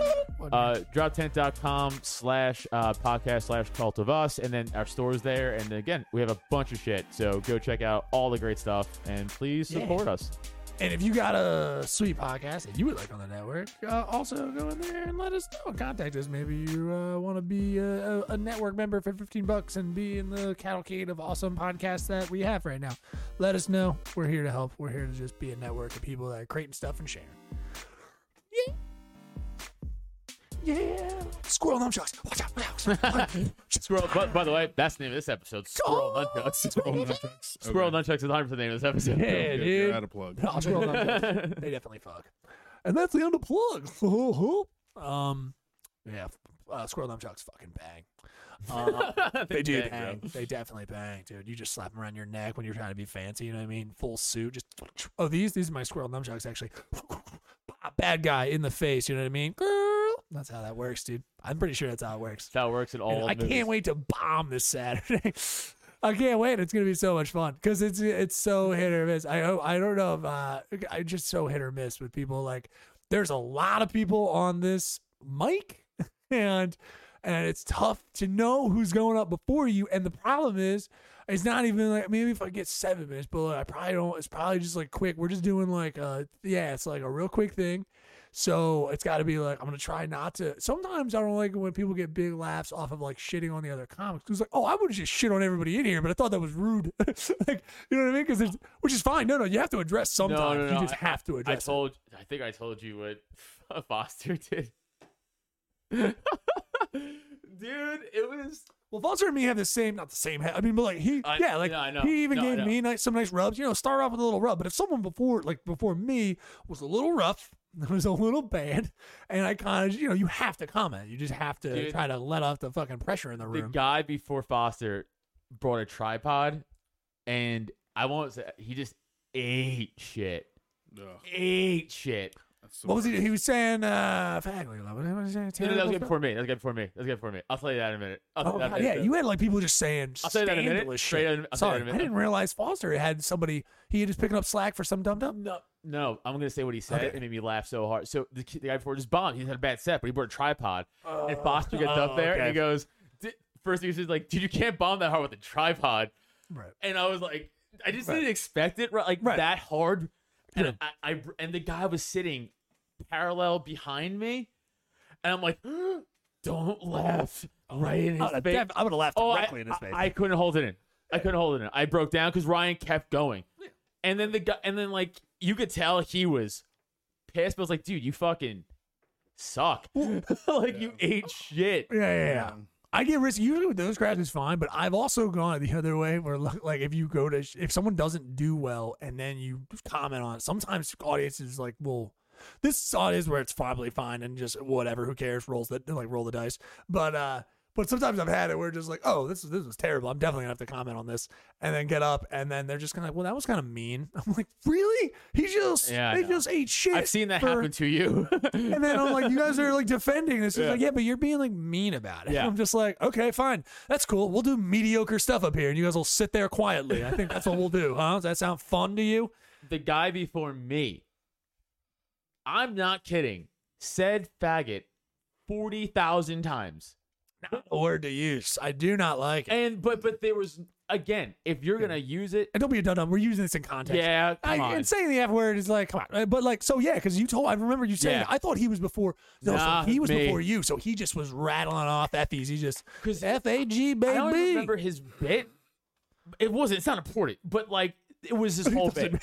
<laughs> Uh, droptent.com slash uh, podcast slash Cult of Us, and then our store's there. And again, we have a bunch of shit, so go check out all the great stuff, and please Yeah. support us. And if you got a sweet podcast that you would like on the network, uh, also go in there and let us know. Contact us. Maybe you uh, want to be a, a, a network member for 15 bucks and be in the cavalcade of awesome podcasts that we have right now. Let us know. We're here to help. We're here to just be a network of people that are creating stuff and sharing. Yeah. Yeah. Squirrel nunchucks. Watch out. Watch out. Watch out. Squirrel, but by the way, that's the name of this episode. Squirrel Oh, Nunchucks. Squirrel nunchucks. Okay. Squirrel Nunchucks is 100 percent the name of this episode. Yeah, Good, dude. You're out of plug. <laughs> No, squirrel nunchucks. they definitely fuck. And that's the end of plugs. <laughs> um, yeah, f- uh, squirrel nunchucks fucking bang. Uh, <laughs> they do bang, bang. They definitely bang, dude. You just slap them around your neck when you're trying to be fancy. You know what I mean? Full suit. Just <sniffs> oh, these these are my squirrel nunchucks actually. <laughs> Bad guy in the face. You know what I mean? Girl, that's how that works, dude. I'm pretty sure that's how it works. That works in all. And I movies. can't wait to bomb this Saturday. <laughs> I can't wait. It's gonna be so much fun because it's it's so hit or miss. I hope I don't know if uh, I just so hit or miss with people. Like there's a lot of people on this mic, <laughs> and and it's tough to know who's going up before you. And the problem is, it's not even like maybe if I get seven minutes, but I probably don't. It's probably just like quick. We're just doing like uh yeah, it's like a real quick thing. So it's got to be like I'm gonna try not to. Sometimes I don't like it when people get big laughs off of like shitting on the other comics. It's like, oh, I would just shit on everybody in here, but I thought that was rude. <laughs> like, you know what I mean? Because which is fine. No, no, you have to address sometimes. no, you no, just I- have to I address. it. told. I think I told you what <laughs> Foster did. Dude, it was. Well, Foster and me have the same, not the same. head. I mean, but like he, I- yeah, like no, I know. he even No, I gave know. me nice, some nice rubs. You know, start off with a little rub, but if someone before, like before me, was a little rough, <laughs> was a little bad, and I kind of, you know, you have to comment. You just have to Dude. try to let off the fucking pressure in the the room. guy before Foster brought a tripod, and I won't say he just ate shit, Ugh, ate shit. that's the What was he? worst. He was saying uh, fagly love. What was he saying? No, no, that was Terrible good stuff? before me. That was good before me. That was good before me. I'll tell you that in a minute. I'll tell Oh, you that in a God, yeah, minute. you had like people just saying I'll tell you that in a minute. scandalous Straight shit. in- I'll tell you that Sorry, in a I minute. didn't realize Foster had somebody. He was picking up slack for some dum dum. No, no, I'm gonna say what he said. Okay. It made me laugh so hard. So the, ki- the guy before just bombed. He had a bad set, but he brought a tripod. and Foster gets oh, up there and okay. he goes, "Di- first thing he says like, dude, you can't bomb that hard with a tripod. Right. And I was like, I just Right. didn't expect it right, like Right. that hard. And Yeah. I, I and the guy was sitting parallel behind me, and I'm like, <gasps> Don't laugh right in his I would have face. Oh, def- I would have laughed Oh, I, directly in his I- face. I couldn't hold it in. I couldn't hold it in. I broke down because Ryan kept going, and then the guy, and then like you could tell he was pissed. But I was like, dude, you fucking suck. <laughs> like you ate shit. yeah, yeah, yeah. I get risky. Usually with those crabs, it's fine. But I've also gone the other way where, look, like, if you go to, sh- if someone doesn't do well and then you comment on it, sometimes audiences like, well, this audience where it's probably fine and just whatever, who cares, rolls that, like, roll the dice. But, uh, but sometimes I've had it where just like, oh, this is this was terrible. I'm definitely gonna have to comment on this, and then get up, and then they're just kind of like, well, that was kind of mean. <laughs> I'm like, really? He just, Yeah, I they know. just ate shit. I've seen that for- happen to you. and then <laughs> I'm like, you guys are like defending this. It's like, yeah, but you're being like mean about it. Yeah. I'm just like, okay, fine. That's cool. We'll do mediocre stuff up here and you guys will sit there quietly. I think that's what we'll do, huh? Does that sound fun to you? the guy before me, I'm not kidding, said faggot 40,000 times. Not a word to use. I do not like it. And but but there was again, if you're going to use it, And don't be a dum We're using this in context. yeah, I, come on. and saying the F word is like, come on. Uh, But like, so yeah, because you told, I remember you saying, Yeah. that. I thought he was before. No, so Nah, he was me. before you. So he just was rattling off F's. He just, 'Cause F A G, baby. I don't even remember his bit. It wasn't it's not important, but like it was <laughs> his whole bit.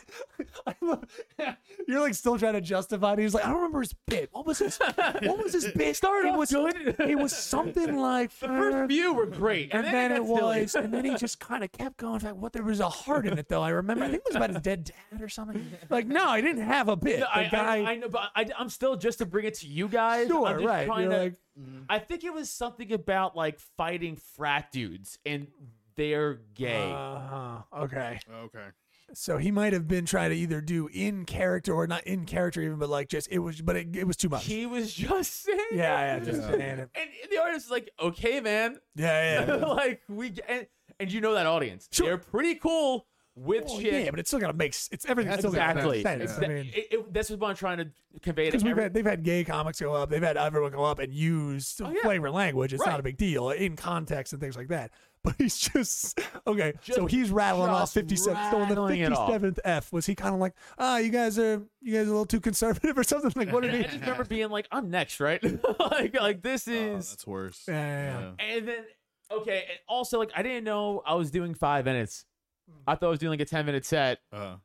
I love- <laughs> You're like still trying to justify it. He's like, I don't remember his bit. What was his? What was his bit? <laughs> Started it off was good. It was <laughs> something like The first few were great, and, then, it was, <laughs> Silly. and then he just kind of kept going. Like, what? There was a heart in it, though. I remember. I think it was about his dead dad or something. Like, no, I didn't have a bit. No, the I, I- guy. I know, but I, am still just to bring it to you guys. I'm Sure, just right, trying you're to- Mm-hmm. like- I think it was something about like fighting frat dudes and they're gay. Uh-huh. Okay. <laughs> Okay. Ah, So he might have been trying to either do in character or not in character, even, but like just it was, but it, it was too much. he was just <laughs> saying. yeah, yeah, just Yeah. saying it. And the artist is like, okay, man. <laughs> yeah, yeah. like we get- and, and you know that audience. Sure. They're pretty cool with Well, shit. Yeah, but it's still gotta make s- it's everything's That's still gotta exactly. Make sense. It's I that- mean, it- it- that's what I'm trying to convey. because To we've every, had they've had gay comics go up, they've had everyone go up and use Oh, yeah. flavor language. It's not Right. a big deal in context and things like that. But he's just okay. so Just- he's rattling off just fifty seven. So in the rattling it fifty off. seventh F was he kind of like, ah, you guys are you guys are a little too conservative or something? Like what did <laughs> I he? just remember being like, I'm next, right? <laughs> like, like this Oh, is. that's worse. Yeah, yeah, yeah. and then okay, and also like I didn't know I was doing five minutes. Hmm. I thought I was doing like a ten minute set Yeah. Uh,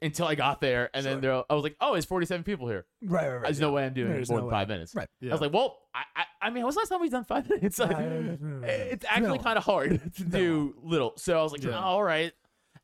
until I got there, and then there I was like, oh, it's forty seven people here. Right, right, right. There's no way I'm doing There's more no than way. five minutes. Right. I was like, well, I, I, I mean, when's the last time we've done five <laughs> minutes? Like, yeah, yeah, yeah, yeah. it's actually No. kind of hard <laughs> to do little. So I was like, Yeah. oh, all right.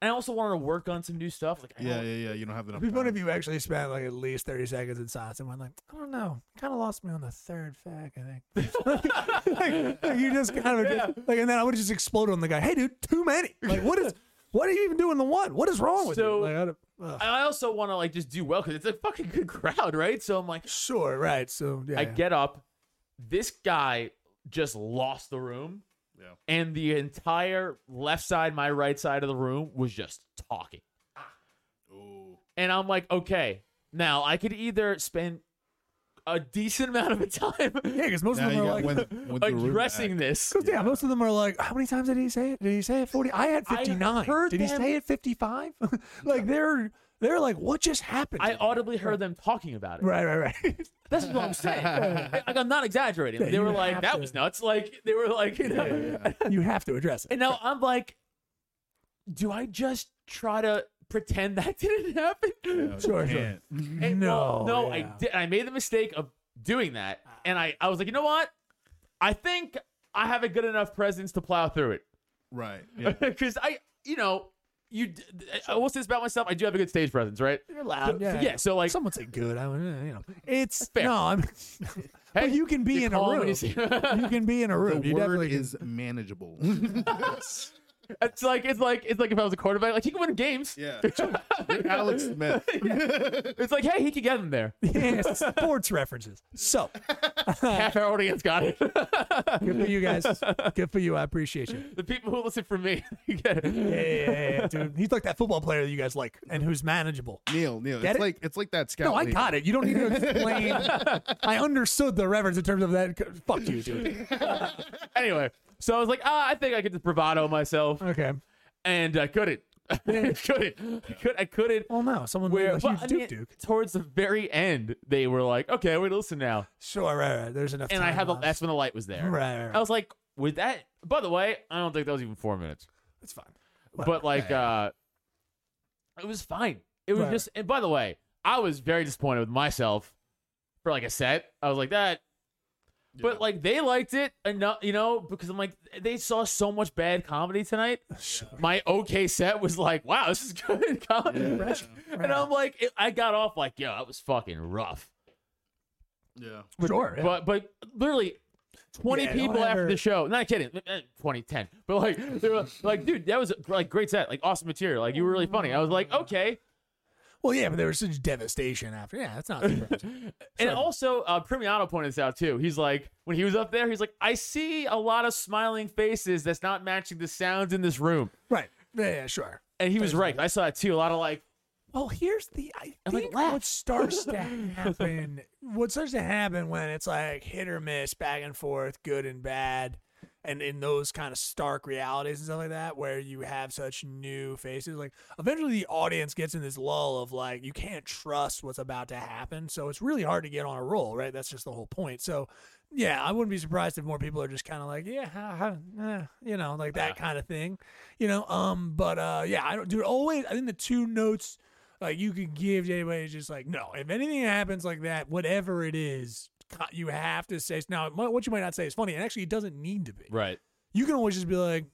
And I also wanted to work on some new stuff. Like, I yeah, don't- yeah, yeah. You don't have enough. It'd be time. funny if you actually spent like at least thirty seconds in silence and went like, I don't know, kind of lost me on the third fact. I think <laughs> like, like, you just kind of like, and then I would just explode on the guy. Hey, dude, too many. Like, what <laughs> is? What are you even doing the one? What is wrong with So- you? Like, I don't- ugh. I also want to like just do well because it's a fucking good crowd, right? So I'm like, sure, right. So yeah, I yeah. get up. This guy just lost the room. Yeah. And the entire left side, my right side of the room was just talking. Ooh. And I'm like, okay, now I could either spend a decent amount of <laughs> time yeah, because most Now of you them are got like. when, when the room addressing act- <laughs> this. 'Cause, yeah, most of them are like, how many times did he say it? Did he say it 40? I had I 59. heard did he them- say it 55? <laughs> like they're they're like, what just happened? <laughs> I audibly heard them talking about it. Right, right, right. <laughs> <laughs> That's what I'm saying. like I'm not exaggerating. Yeah, they were you like, have "That to- was nuts." Like they were like, you know. you have to address it. And now I'm like, do I just try to pretend that <laughs> didn't happen? Yeah, Sure, sure. can't. <laughs> And, well, no, no, I yeah. did. I made the mistake of doing that, and I I was like, you know what? I think I have a good enough presence to plow through it <laughs> Right. Yeah. because I, you know. You, d- I will say this about myself. I do have a good stage presence, right? You're loud. yeah, so, like- someone say good. I mean, eh, you know, it's Fair. no. I'm, Hey, but you can be you're in a calm when room. you You, see- <laughs> can be in a room. The you word definitely can- is <laughs> manageable. <laughs> It's like it's like it's like if I was a quarterback, like he can win games. yeah. You're <laughs> Alex Smith. It's like, hey, he could get him there. Yeah, <laughs> sports references. So Half our audience got it. <laughs> good for you guys. Good for you. I appreciate you. the people who listen for me <laughs> you get it. Yeah, yeah, yeah, yeah, dude. He's like that football player that you guys like and who's manageable. Neil, Neil. Get it's it? like it's like that scout. No, I got it. You don't need to <laughs> explain. I understood the reference in terms of that. Fuck you, dude. Anyway, so I was like, ah, I think I could just bravado myself, Okay. and I couldn't. <laughs> I couldn't. I, could, I couldn't. Well, no, someone Where like but, I Oh, you, Duke mean, Duke. towards the very end, they were like, "Okay, we listen now," Sure, right, right. There's enough. and I time had the, left. that's when the light was there. Right, right, right. I was like, "With that." By the way, I don't think that was even four minutes, It's fine. but like, yeah. uh it was fine. It was Right. just. And by the way, I was very disappointed with myself for like a set. I was like that. But like they liked it enough, you know, because I'm like they saw so much bad comedy tonight. <laughs> Sure. my okay set was like, wow, this is <laughs> good. comedy. And I'm like, it, I got off like, yo, that was fucking rough. Yeah. Sure. yeah. But but literally 20 Yeah, don't people after ever- the show, not kidding, eh, eh, 20, 10. But like, they were like, dude, that was like great set, like awesome material. Like, you were really funny. I was like, okay. well, yeah, but there was such devastation after. Yeah, that's not <laughs> surprising. And also, uh, Primiano pointed this out too. He's like, when he was up there, he's like, I see a lot of smiling faces that's not matching the sounds in this room. right. Yeah, yeah, sure. And he was right. I saw it too. A lot of like, Well, here's the I And, like, think laugh. what starts <laughs> to happen. what starts to happen when it's like hit or miss, back and forth, good and bad, and in those kind of stark realities and stuff like that, where you have such new faces. Like eventually, the audience gets in this lull of like you can't trust what's about to happen, so it's really hard to get on a roll, right? That's just the whole point. So. Yeah, I wouldn't be surprised if more people are just kind of like, yeah, ha, ha, eh, you know, like that kind of thing, you know. Um, but uh, yeah, I don't, dude. Always, I think the two notes like you could give to anybody it's just like no if anything happens like that whatever it is co- you have to say now it might- what you might not say is funny and actually it doesn't need to be right. you can always just be like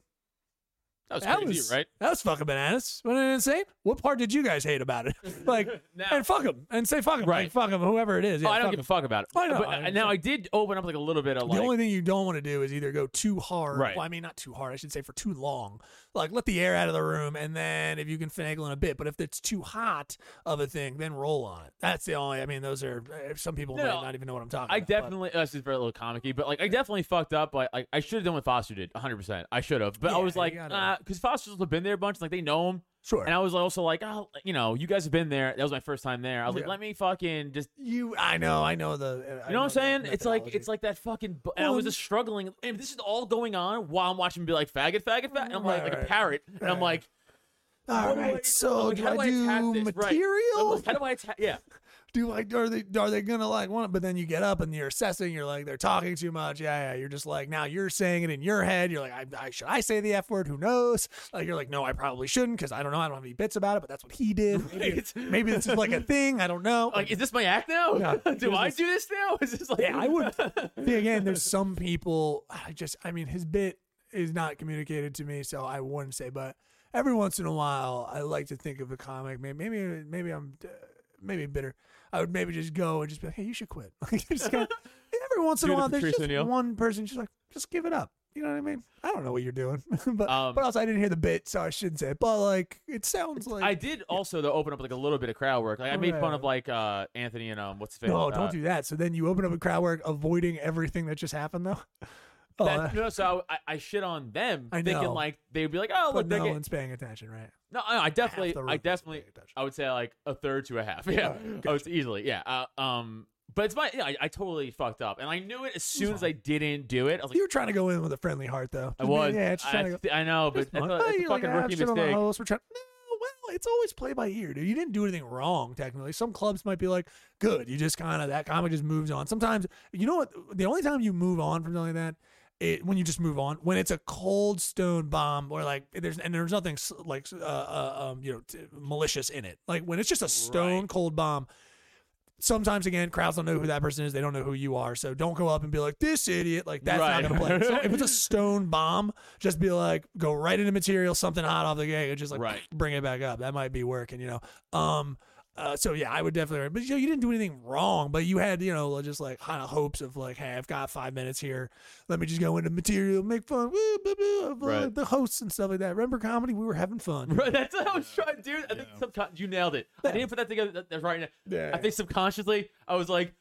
That was that crazy, was right? that was fucking bananas wasn't it insane what part did you guys hate about it like Now- and fuck them and say fuck them Right. like, fuck them whoever it is yeah, oh, I don't fuck give 'em. a fuck about it. I know, But, I uh, now I did open up like a little bit of like. the only thing you don't want to do is either go too hard. Right. Well, I mean, not too hard. I should say for too long. Like let the air out of the room, and then if you can finagle in a bit. But if it's too hot of a thing, then roll on it. That's the only. I mean, those are uh, some people No, might not even know what I'm talking. I about, but- definitely. Uh, this is very little comicky, but like I definitely fucked up. Like, like I should have done what Foster did, 100. percent I should have, but I Yeah, was you like, gotta- because Foster's been there a bunch. Like they know him, sure. and I was also like, oh, you know, you guys have been there. That was my first time there. I was like, Yeah. let me fucking just. you, I know, I know the. uh, I You know what I'm saying? the It's like methodology. it's like that fucking. Bu- and I Well, was and- just struggling, and this is all going on while I'm watching. him Be like faggot, faggot, faggot. And I'm like Right, like a right. parrot, and I'm Right. like, all what do I- right. So I'm like, do how I do attack this? Right. I'm material? like, How do I attack? Yeah, do I are they are they gonna like want it? But then you get up and you're assessing. You're like they're talking too much. Yeah, yeah. You're just like now you're saying it in your head. You're like I, I should I say the f word? Who knows? Like you're like no, I probably shouldn't because I don't know. I don't have any bits about it. But that's what he did. Maybe, Right. maybe this is like a thing. I don't know. <laughs> like is this my act now? Yeah. <laughs> do I do this now? <laughs> Is this like? yeah, I would. <laughs> See, again, there's some people. I just I mean his bit is not communicated to me, so I wouldn't say. But every once in a while, I like to think of a comic. Maybe maybe maybe I'm uh, maybe bitter. I would maybe just go and just be like, hey, you should quit. <laughs> Like, just <laughs> go- every once in Do a the while, there's Patrice just O'Neill. one person just like, just give it up. You know what I mean? I don't know what you're doing, <laughs> but Um, but also I didn't hear the bit, so I shouldn't say. It. But like, it sounds like I did also though open up like a little bit of crowd work. Like I made fun Alright. of like uh Anthony and um what's his face? no, uh, don't do that. So then you open up a crowd work, avoiding everything that just happened, though. <laughs> Oh, that. that- No, so I, I shit on them, I thinking know. like they'd be like, oh but look, they no no, one's paying attention, right? no, no, I definitely, the room I doesn't definitely, pay attention. I would say like a third to a half, <laughs> yeah, Alright, I would say easily, yeah. Uh, um, but it's my, yeah, I, I totally fucked up, and I knew it as soon as I didn't do it. I was like, You were trying to go in with a friendly heart, though. Just I be- was, Yeah, just I, trying to go. th- I know, but It's it's a, fine. it's a You're like, fucking "Ah, rookie shit on the mistake. host, We're trying. No, well, it's always play by ear, dude. You didn't do anything wrong, technically. Some clubs might be like, good. You just kind of that comic just moves on. Sometimes, you know what? The only time you move on from something like that. It, when you just move on, when it's a cold stone bomb, or like there's and there's nothing s- like uh, uh, um you know t- malicious in it. Like when it's just a stone cold bomb, sometimes again, crowds don't know who that person is. They don't know who you are. So don't go up and be like, this idiot. Like, that's Right. not going to play. So if it's a stone bomb, just be like, go right into material, something hot off the gate, and just like Right. bring it back up. That might be working, you know? Um, uh, so yeah, I would definitely. But you, know, you didn't do anything wrong. But you had, you know, just like kind of hopes of like, hey, I've got five minutes here. Let me just go into material, make fun, woo, blah, blah, of, uh, Right. the hosts and stuff like that. Remember comedy? We were having fun. Right, <laughs> that's what I was trying, dude. I think subcon- you nailed it. I didn't put that together. That, that's right. Yeah. I think subconsciously, I was like,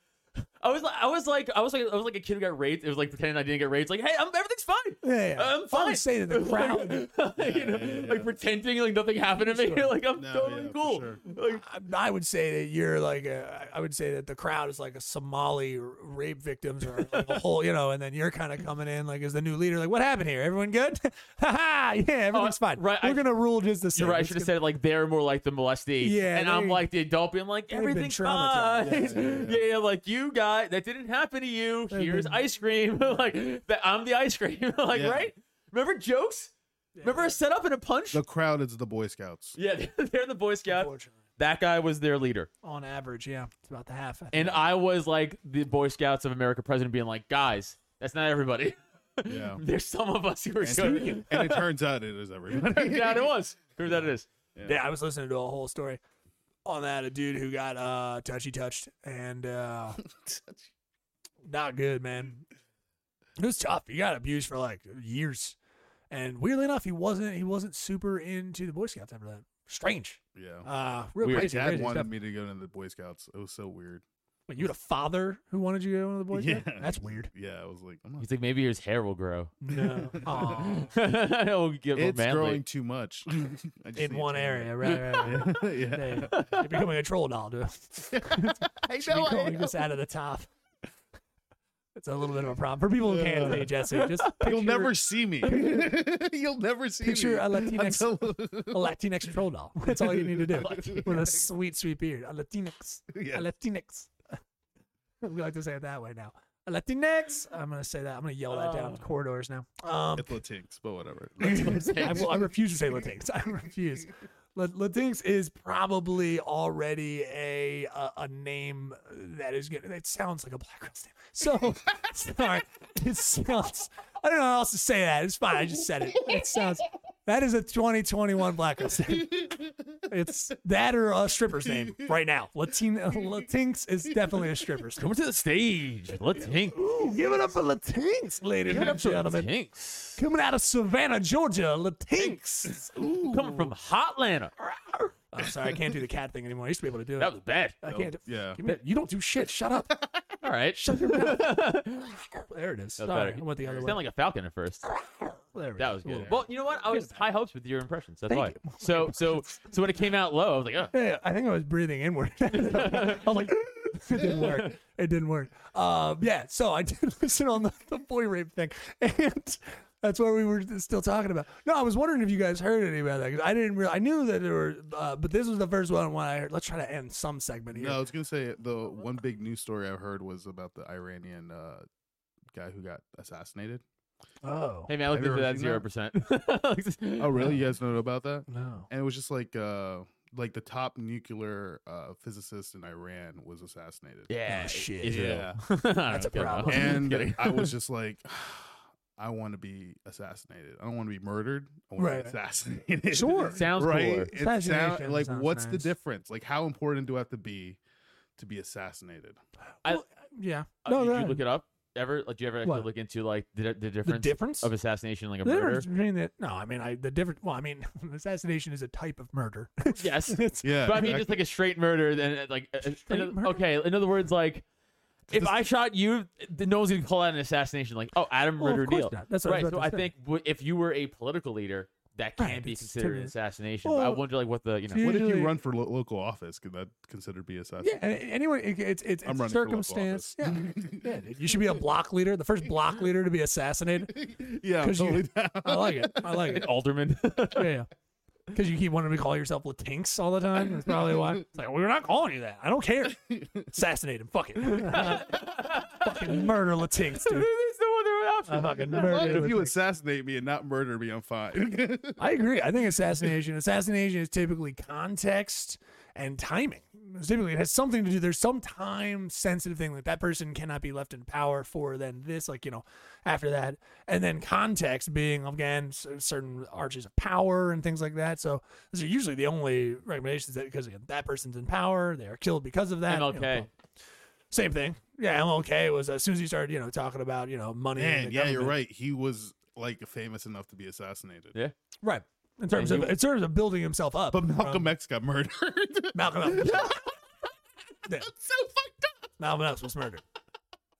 I was like, I was like, I was like, I was like a kid who got raped. It was like pretending I didn't get raped. Like, hey, I'm, everything's fine. <laughs> Yeah, yeah. I'm fine. I would say to the <laughs> crowd. you know, yeah, yeah, yeah. like pretending like nothing happened to me. <laughs> like I'm No, totally yeah, for cool. sure. Like, I- I would say that you're like a, I would say that the crowd is like a Somali r- rape victims or like a whole, <laughs> you know, and then you're kind of coming in like as the new leader, like what happened here? Everyone good? <laughs> Ha ha! Yeah, everything's fine. Uh, right, We're I- gonna rule just the same. you're right. I It's should have gonna- said like they're more like the molestee. Yeah, and they- I'm like the adult being like been everything's fine. traumatized. Yeah, Yeah, <laughs> yeah, yeah. like you got that didn't happen to you. They've Here's been- ice cream. <laughs> like that, I'm the ice cream. <laughs> like Yeah. right. Remember jokes? Remember a setup and a punch? The crowd is the <laughs> Boy Scouts. yeah, <laughs> they're the Boy Scout. Unfortunately. That guy was their leader. on average, yeah, it's about the half. I think. And I was like the Boy Scouts of America president being like, guys, that's not everybody. Yeah. <laughs> There's some of us who are good. <laughs> And, and it turns out it is everybody. yeah, <laughs> it was. Who that it is. Yeah, I was listening to a whole story on that a dude who got uh touchy touched and uh not good, man. It was tough. He got abused for like years. And weirdly enough, he wasn't he wasn't super into the Boy Scouts after that. Strange. Yeah. Uh real Weird. My crazy. dad crazy wanted stuff. me to go to the Boy Scouts. It was so weird. Wait, you had a father who wanted you to go into the Boy Scouts? Yeah. That's <laughs> weird. Yeah, I was like, I'm not. He's like, maybe his hair will <laughs> grow. No. Aw. It'll get more It's manly. growing too much. <laughs> I just need In one to- area, right, right, right. <laughs> yeah. Hey, You're becoming a troll doll, dude. <laughs> I <laughs> Should be calling <laughs> this out of the top. <laughs> It's a little bit of a problem for people who can't see Jesse. <laughs> Just picture, You'll never <laughs> see me. <laughs> You'll never see picture me. a Latinx, until, <laughs> a Latinx troll doll. That's all you need to do with a sweet, sweet beard. A Latinx, Yeah. a Latinx. <laughs> we like to say it that way now. A Latinx. I'm gonna say that. I'm gonna yell that Oh. down corridors now. Um, it's Latinx, <laughs> but whatever. I, will, I refuse to say Latinx. I refuse. La- Latinx is probably already a a, a name that is good. It sounds like a black girl's name. So <laughs> sorry, it sounds. I don't know how else to say that. It's fine. I just said it. It sounds. That is a 2021 black girl's name. It's that or a stripper's name right now. Latin Latinx is definitely a stripper's name. Coming to the stage. Let's hink. Ooh, give it up for Latinx, ladies and gentlemen. Hinks. Coming out of Savannah, Georgia, Latinx. Ooh. Coming from Hotlanta. I'm sorry, I can't do the cat thing anymore. I used to be able to do it. That was bad. I can't. Do, yeah. give me, you don't do shit. <laughs> Shut up. All right. Shut <laughs> Oh, There it is. That was Sorry, better. I went the other You way. Oh, sound like a falcon at first. there we That go. was good. Well, you know what? I was high hopes with your impressions. That's why. Thank So, so, so when it came out low, I was like, oh, Yeah, I think I was breathing inward. <laughs> I was like, it didn't work. It didn't work. Um, yeah, so I <laughs> did listen on the, the boy rape thing, <laughs> and that's what we were still talking about. No, I was wondering if you guys heard any about that 'cause I didn't. Really, I knew that there were, uh, but this was the first one when I heard. Let's try to end some segment here. No, I was gonna say the one big news story I heard was about the Iranian uh, guy who got assassinated. Oh hey man, I looked Have you into ever that seen zero percent. <laughs> Oh, really? You guys know about that? no. And it was just like uh, like the top nuclear uh, physicist in Iran was assassinated. <laughs> Yeah. Oh, shit. Israel. That's a <laughs> I don't know. problem. And Kidding. <laughs> I was just like, <sighs> I want to be assassinated. I don't want to be murdered. I want to Right. be assassinated. <laughs> Sure. Sounds cooler. right? It sound- Assassination like, sounds what's the nice. difference? Like, how important do I have to be to be assassinated? I- Well, yeah. Uh, no, did that- you look it up ever? Like, do you ever actually What? look into like the, the difference difference? of assassination and like a the murder? difference between the no, I mean, I the difference. Well, I mean, <laughs> assassination is a type of murder. <laughs> Yes. <laughs> It's- Yeah. But I mean, just like a straight murder, then uh, like uh, uh, in, murder? okay. In other words, like if I shot you, th- no one's gonna call that an assassination. Like, oh, Adam Well, of murder course deal. not. That's what I was right. about So to I say. think w- if you were a political leader, that can Right, be it's considered an totally- assassination. but I Well, wonder like what the you know. you- what if usually- you run for lo- local office? Could that considered be Yeah, assassination? and anyone, it, it's it's, I'm it's running for local circumstance. Yeah. office. <laughs> yeah, dude, you should be <laughs> a block leader, the first block leader to be assassinated. <laughs> Yeah, I'm 'Cause you- totally down. <laughs> I like it. I like <laughs> an it. alderman. <laughs> Yeah, yeah. Because you keep wanting to call yourself Latinx all the time. That's probably <laughs> why. It's like, we're not calling you that. I don't care. Assassinate him. <laughs> Fuck it. fucking murder Latinx, dude. There's no other option. I fucking But murder if you Latinx. assassinate me and not murder me, <laughs> I'm fine. I agree. I think assassination. Assassination is typically context and timing. It's typically, it has something to do. There's some time sensitive thing like that person cannot be left in power for then this, like you know, after that, and then context being again s- certain arches of power and things like that. So those are usually the only recommendations that because again, that person's in power, they are killed because of that. you know, MLK. same thing. Yeah, MLK was as soon as he started, you know, talking about you know money. and Man, the yeah, you're government. right. He was like famous enough to be assassinated. Yeah. Right. In terms of in terms of building himself up. But Malcolm from- X got murdered. <laughs> <laughs> Malcolm X. so fucked up. Malcolm X was murdered.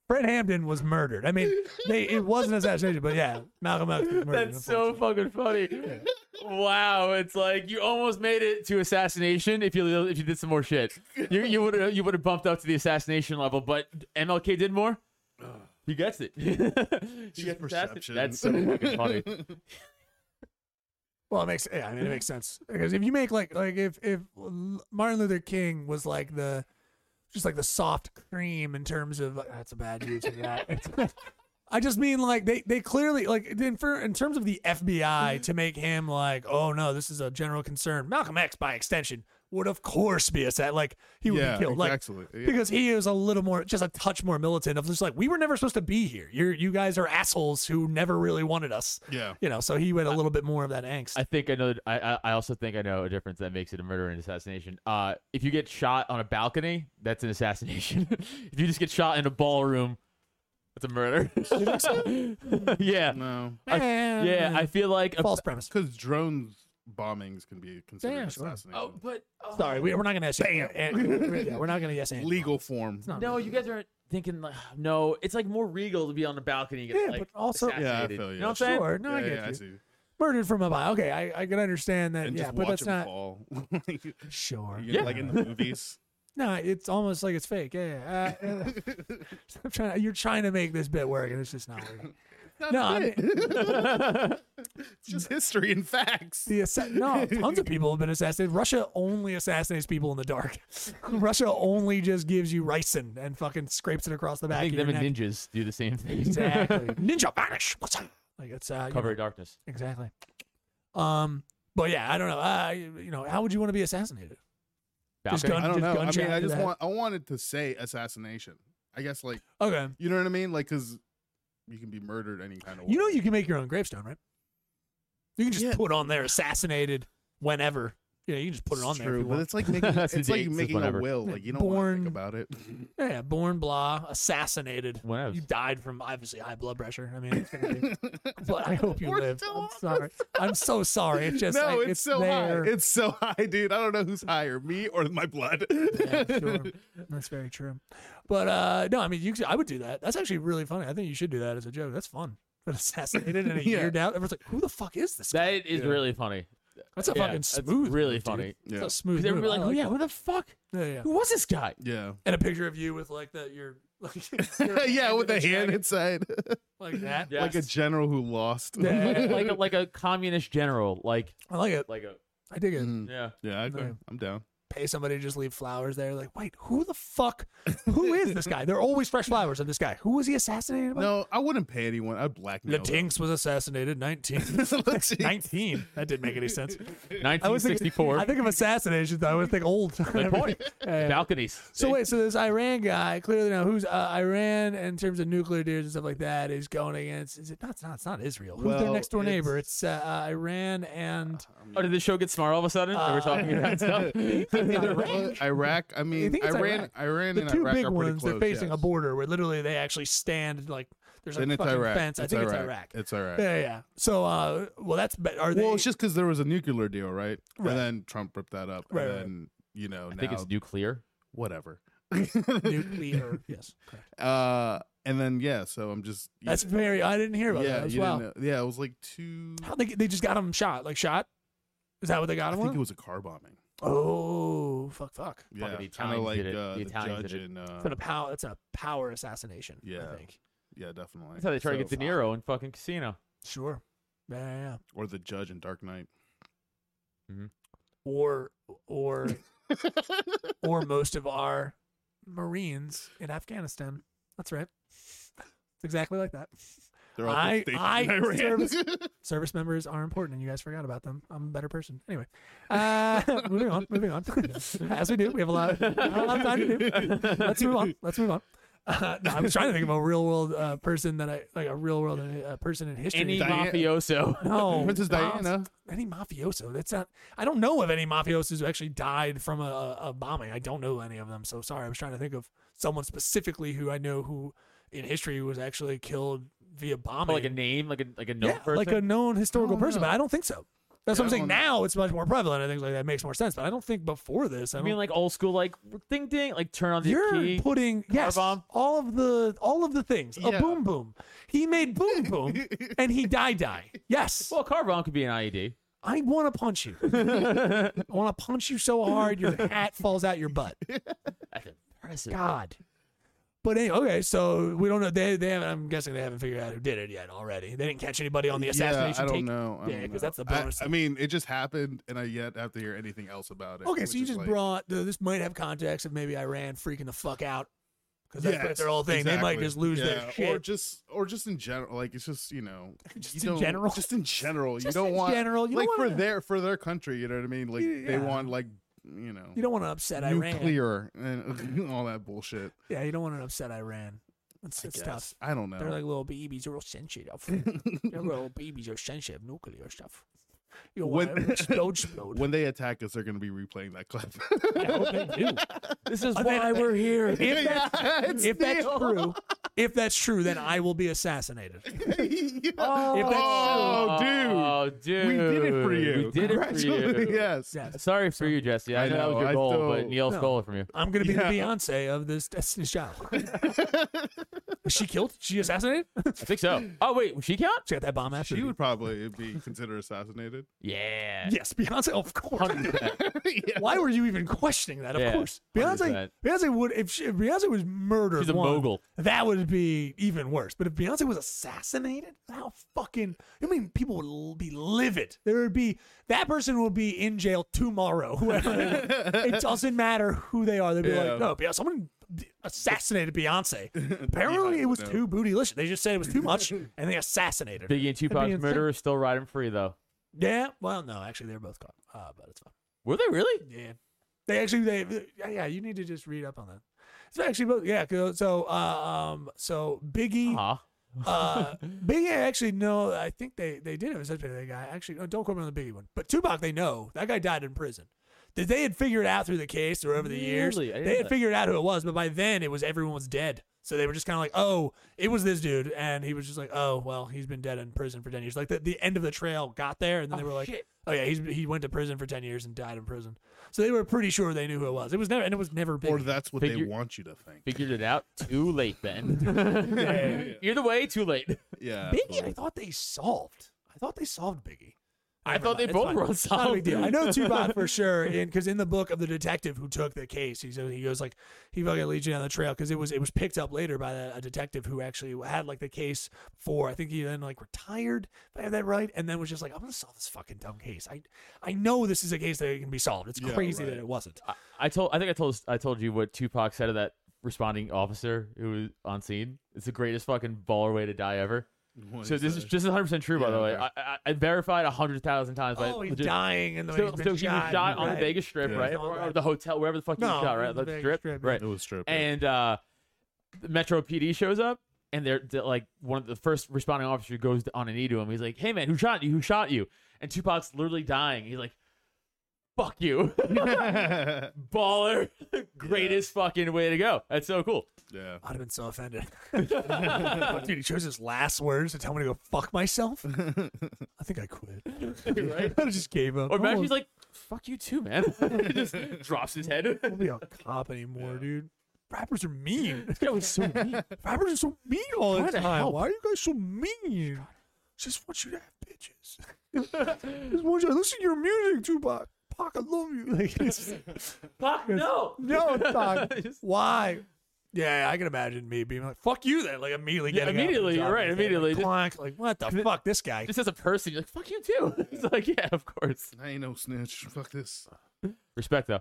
Fred Hampton was murdered. I mean, they it was an assassination, but yeah, Malcolm X was murdered. That's so fucking funny. Wow, it's like you almost made it to assassination if you if you did some more shit. You you would have you would have bumped up to the assassination level, but MLK did more. He gets it. <laughs> He just gets assassin- perception. That's so fucking <laughs> funny. Well, it makes yeah, Mm-hmm. I mean it makes sense because if you make like like if if L- Martin Luther King was like the just like the soft cream in terms of "Oh, that's a bad use of <laughs> that. <laughs> I just mean like they they clearly like in, for, in terms of the Mm-hmm. FBI to make him like oh no this is a general concern. Malcolm X by extension would of course be a set like he would yeah, be killed like exactly. Yeah. because he is a little more just a touch more militant of just like we were never supposed to be here you you guys are assholes who never really wanted us yeah. you know so he had a little bit more of that angst I think I know. I I I also think I know a difference that makes it a murder and assassination. Uh, if you get shot on a balcony, that's an assassination. <laughs> if you just get shot in a ballroom, that's a murder. <laughs> yeah, No. I- yeah. I feel like a, false premise Because drones bombings can be considered Yeah, sure. assassination. Oh, but oh. sorry we, we're not gonna yes and, and- <laughs> yeah, we're not gonna yes and Legal form. not- No, you guys aren't thinking. Like, <sighs> no, it's like more regal to be on the balcony. And get, Yeah, like, but also- Yeah, I assassinated. feel you. you. know what I'm saying? sure no i Yeah, get yeah, you see. murdered from above okay i i can understand that And yeah just but watch that's them not fall. <laughs> Like, you sure know, Like in the movies. no it's almost like it's fake yeah, <laughs> yeah. Uh, uh, <laughs> I'm trying to- you're trying to make this bit work and it's just not <laughs> working no I mean, <laughs> It's just history and facts. The assa- no, tons of people have been assassinated. Russia only assassinates people in the dark. <laughs> Russia only just gives you ricin and fucking scrapes it across the back. I think of them your and neck. ninjas do the same thing. <laughs> Exactly. Ninja vanish. What's up? Like it's uh, you <laughs> Cover know, of darkness. exactly. Um, but yeah, I don't know. Uh, you you know, how would you want to be assassinated? Just Balcony. I don't Just know. I gunshot mean, I to just the want. I wanted to say assassination. I guess like Okay. you know what I mean. Like because you can be murdered any kind of. way. You know, you can make your own gravestone, right? You can just Yeah. put on there assassinated whenever. Yeah, you can just put it on there. If you True, but want. it's <laughs> like making That's it's the like dates, it's making a whatever. will. Like you don't want to Born- think about it. Yeah, yeah, born blah, assassinated. When I was- You died from obviously high blood pressure. I mean, it's gonna <laughs> be, but I hope you We're live. still I'm on sorry. I'm so sorry. <laughs> It's <laughs> just no, like, it's, so there. high. It's so <laughs> high, dude. I don't know who's higher, me or my blood. <laughs> Yeah, <laughs> sure. That's very true. But uh no, I mean, you. could- I would do that. That's actually really funny. I think you should do that as a joke. That's fun. But assassinated <laughs> and a Yeah. year down. Everyone's like, "Who the fuck is this?" guy? That is Yeah. really funny. That's a Yeah, fucking that's smooth. really move, dude. funny. That's Yeah. a smooth. Because move. everybody like, I oh yeah, that. what the fuck? yeah, yeah. Who was this guy? yeah, And a picture of you with like that. Your like <laughs> <laughs> <laughs> your yeah, with in a hand jacket, inside, <laughs> like that. Yeah. like a Yes. general who lost. Yeah. <laughs> like a, like a communist general. Like I like it. like mm. a I dig it. Mhm. yeah. yeah, I agree. No. I'm down. Pay somebody to just leave flowers there. Like, wait, who the fuck? Who is this guy? There are always fresh flowers of this guy. Who was he assassinated by? No, I wouldn't pay anyone. I'd blackmail. them. Latinx was assassinated 19. <laughs> <laughs> Latinx. 19. That didn't make any <laughs> sense. I was thinking- 1964. I think of assassinations, though. I would think old. Good point. <laughs> Yeah. Balconies. So See? wait, so this Iran guy clearly now who's uh, Iran in terms of nuclear deals and stuff like that is going against. Is it not? It's not, it's not Israel. Who's their Well, Um, next door neighbor? It's uh, uh, Iran and Oh, did the show get smart all of a sudden? Uh, Are we <laughs> talking about stuff? Iran. Iraq. I mean, think it's Iran, Iraq. Iran, the and two Iraq big are pretty ones. close. they're facing yes. a border where literally they actually stand like there's Then a it's fucking Iraq. fence. I It's think Iraq. it's Iraq. It's Iraq. Yeah, yeah, yeah. So, uh, well, that's be- are they? Well, it's just because there was a nuclear deal, right? Right. And then Trump ripped that up. Right, and right. then, you know, I now think it's nuclear. whatever. nuclear. yes, correct. <laughs> Uh, and then yeah, so I'm just you- That's very. I didn't hear about yeah, that as you well. didn't know- yeah. It was like two. How they they just got him shot? Like shot? Is that what they I got him? think on? it was a car bombing. Oh fuck! Fuck! Yeah, the kind Italians of like did it. uh, The the, Italians judge did it. and It's uh, been a power. It's a power assassination. I Yeah. think. yeah, definitely. That's how they try to So- get De Niro in fucking Casino. Sure. Yeah, yeah, yeah. or the judge in Dark Knight. Or <laughs> or or most of our Marines in Afghanistan. That's right. It's exactly like that. They're all I- stationed <laughs> I in Iran. service- Service members are important, and you guys forgot about them. I'm a better person. <laughs> Anyway, uh, moving on, moving on. As we do, we have a lot, not a lot of time to do. Let's move on. Let's move on. Uh, no, I'm trying to think of a real world uh, person that I like a real world uh, person in history. Any Diana- mafioso. <laughs> <laughs> no, Princess Wow. Diana. any mafioso. That's not. I don't know of any mafiosos who actually died from a, a, a bombing. I don't know any of them. So sorry. I was trying to think of someone specifically who I know who in history was actually killed via bombing. like a name, like a like a known yeah, person. like a known historical I don't person, but I don't think so. That's what I'm Yeah, saying. on- Now it's much more prevalent. I think like that makes more sense. But I don't think before this. I, I don't, mean, like old school, like ding ding, like turn on the you're key. putting yes, bomb. all of the all of the things. Yeah. A boom boom. He made boom <laughs> boom, and he die die. Yes. well, car bomb could be an E IED. I want to punch you. I want to punch you so hard your hat falls out your butt. That's impressive. God. But anyway, okay, so we don't know. They, they haven't, I'm guessing they haven't figured out who did it yet already. They didn't catch anybody on the assassination yeah, I don't take. know. I yeah, don't know. because that's the I- bonus. I, mean, it just happened, and I yet have to hear anything else about it. okay, which so you is just like- brought the, this might have context of maybe Iran freaking the fuck out because that's, that's Yes, their whole thing. They might exactly. just lose Yeah, their shit. or just or just in general. Like it's just you know, <laughs> Just you in don't- general? just in general. Just you don't in want general, you don't like for wanna- their for their country. You know what I mean? Like they Yeah. want like you know you don't want to upset Iran. nuclear and <laughs> all that bullshit. Yeah, you don't want to upset Iran. It's, it's tough. I don't know. They're like little babies, are real <laughs> sensitive. They're little babies, are sensitive, nuclear stuff. You don't When- want <laughs> to explode, explode. when they attack us, they're going to be replaying that clip. I hope they <laughs> do. This is Oh, why then- we're here. If, that- Yeah, it's if that's still- true, if that's true, then I will be assassinated. <laughs> <laughs> Yeah. If that's Oh, dude. Oh, dude. We did it for you. We did it for Congratulations. <laughs> you. Yes. Yes. Sorry for you, Jesse. I, I know, that was know, your I goal, but still- Neil No. stole it from <laughs> you. I'm gonna be Yeah. the Beyonce of this Destiny's <laughs> Child. Was she killed? She assassinated? <laughs> I think so. Oh wait, was she count? she got that bomb after. She her. would probably be considered assassinated. <laughs> Yeah. <laughs> Yes, Beyonce. Of course. <laughs> 100%. Why were you even questioning that? Of Yeah, course, Beyonce. 100%. Beyonce would if, she, if Beyonce was murdered. She's a one, mogul. That would be even worse. But if Beyonce was assassinated, how fucking? I mean, people would l- be livid. There would be that person would be in jail tomorrow. <laughs> Whoever. it doesn't matter who they are. They'd be Yeah. like, no, Beyonce, someone assassinated Beyonce. Apparently, it was No. too bootylicious. They just said it was too much, and they assassinated. her. Biggie and That'd be Tupac's insane. murderer still riding free though. Yeah. Well, no, actually, they're both caught. Uh, but it's fine. Were they really? Yeah. They actually they yeah, yeah, you need to just read up on that. It's actually both yeah, 'cause- so uh, um so Biggie Uh-huh. uh Biggie actually no, I think they they did have a suspect that guy. Actually, no, don't quote me on the Biggie one. But Tupac they know. That guy died in prison. That they had figured out through the case or over the years. Really? I didn't They know had that. figured out who it was, but by then it was everyone was dead. So they were just kind of like, oh, it was this dude, and he was just like, oh, well, he's been dead in prison for ten years. Like the, the end of the trail got there, and then they were like, oh yeah, he's he went to prison for ten years and died in prison. So they were pretty sure they knew who it was. It was never, and it was never big. Or that's what Figure- they want you to think. Figured it out too late, <laughs> Ben. <laughs> Either way, too late. Yeah. Biggie, I thought they solved. I thought they solved Biggie. I thought they It's both fine. were It's not a big unsolved. deal. I know Tupac <laughs> for sure, because in the book of the detective who took the case, he says he goes like he fucking leads you down the trail because it was it was picked up later by a, a detective who actually had like the case for I think he then like retired if I have that right, and then was just like I'm gonna solve this fucking dumb case. I I know this is a case that can be solved. It's Yeah, crazy right. that it wasn't. I, I told. I think I told. I told you what Tupac said of that responding officer who was on scene. It's the greatest fucking baller way to die ever. What so this that? is just 100 percent true, by Yeah, the way. okay. I, I, I verified 100,000 times. by oh, he's legit- dying and the So, so he was shot on the right? Vegas Strip, Yeah. right, All or, or right. the hotel, wherever the fuck he No, was shot, right, on the the Vegas strip, Strip, yeah. right. It was stripping. <laughs> And uh, the Metro PD shows up, and they're, they're, like one of the first responding officer goes on a knee to him. He's like, "Hey man, who shot you? Who shot you?" And Tupac's literally dying. He's like, "Fuck <laughs> you, yeah. baller! Greatest fucking way to go. That's so cool." I'd have been so offended. <laughs> Fuck, Dude, he chose his last words to tell me to go fuck myself. I think I <laughs> quit. Right? <laughs> I just gave up. Or I imagine won't- he's like, "Fuck you too, man." <laughs> He just drops his head. I won't be a cop anymore, dude. Rappers are <laughs> mean. That was so mean. <laughs> Rappers are so mean all the Trying to time. help. Why are you guys so mean? Just want you to have bitches. <laughs> just want you to listen to your music, Tupac. Pac, I love you. <laughs> Like, <laughs> it's- Fuck no. <laughs> no, Pac. <laughs> Just- Why? Yeah, I can imagine me being like, "Fuck you!" Then, like immediately Yeah, getting immediately, Up you're and right, dropping the thing, immediately. like, clonk, like what the fuck? This guy. Just as a person, you're like, "Fuck you too." <laughs> It's like, yeah, of course. I ain't no snitch. <laughs> Fuck this. Respect though.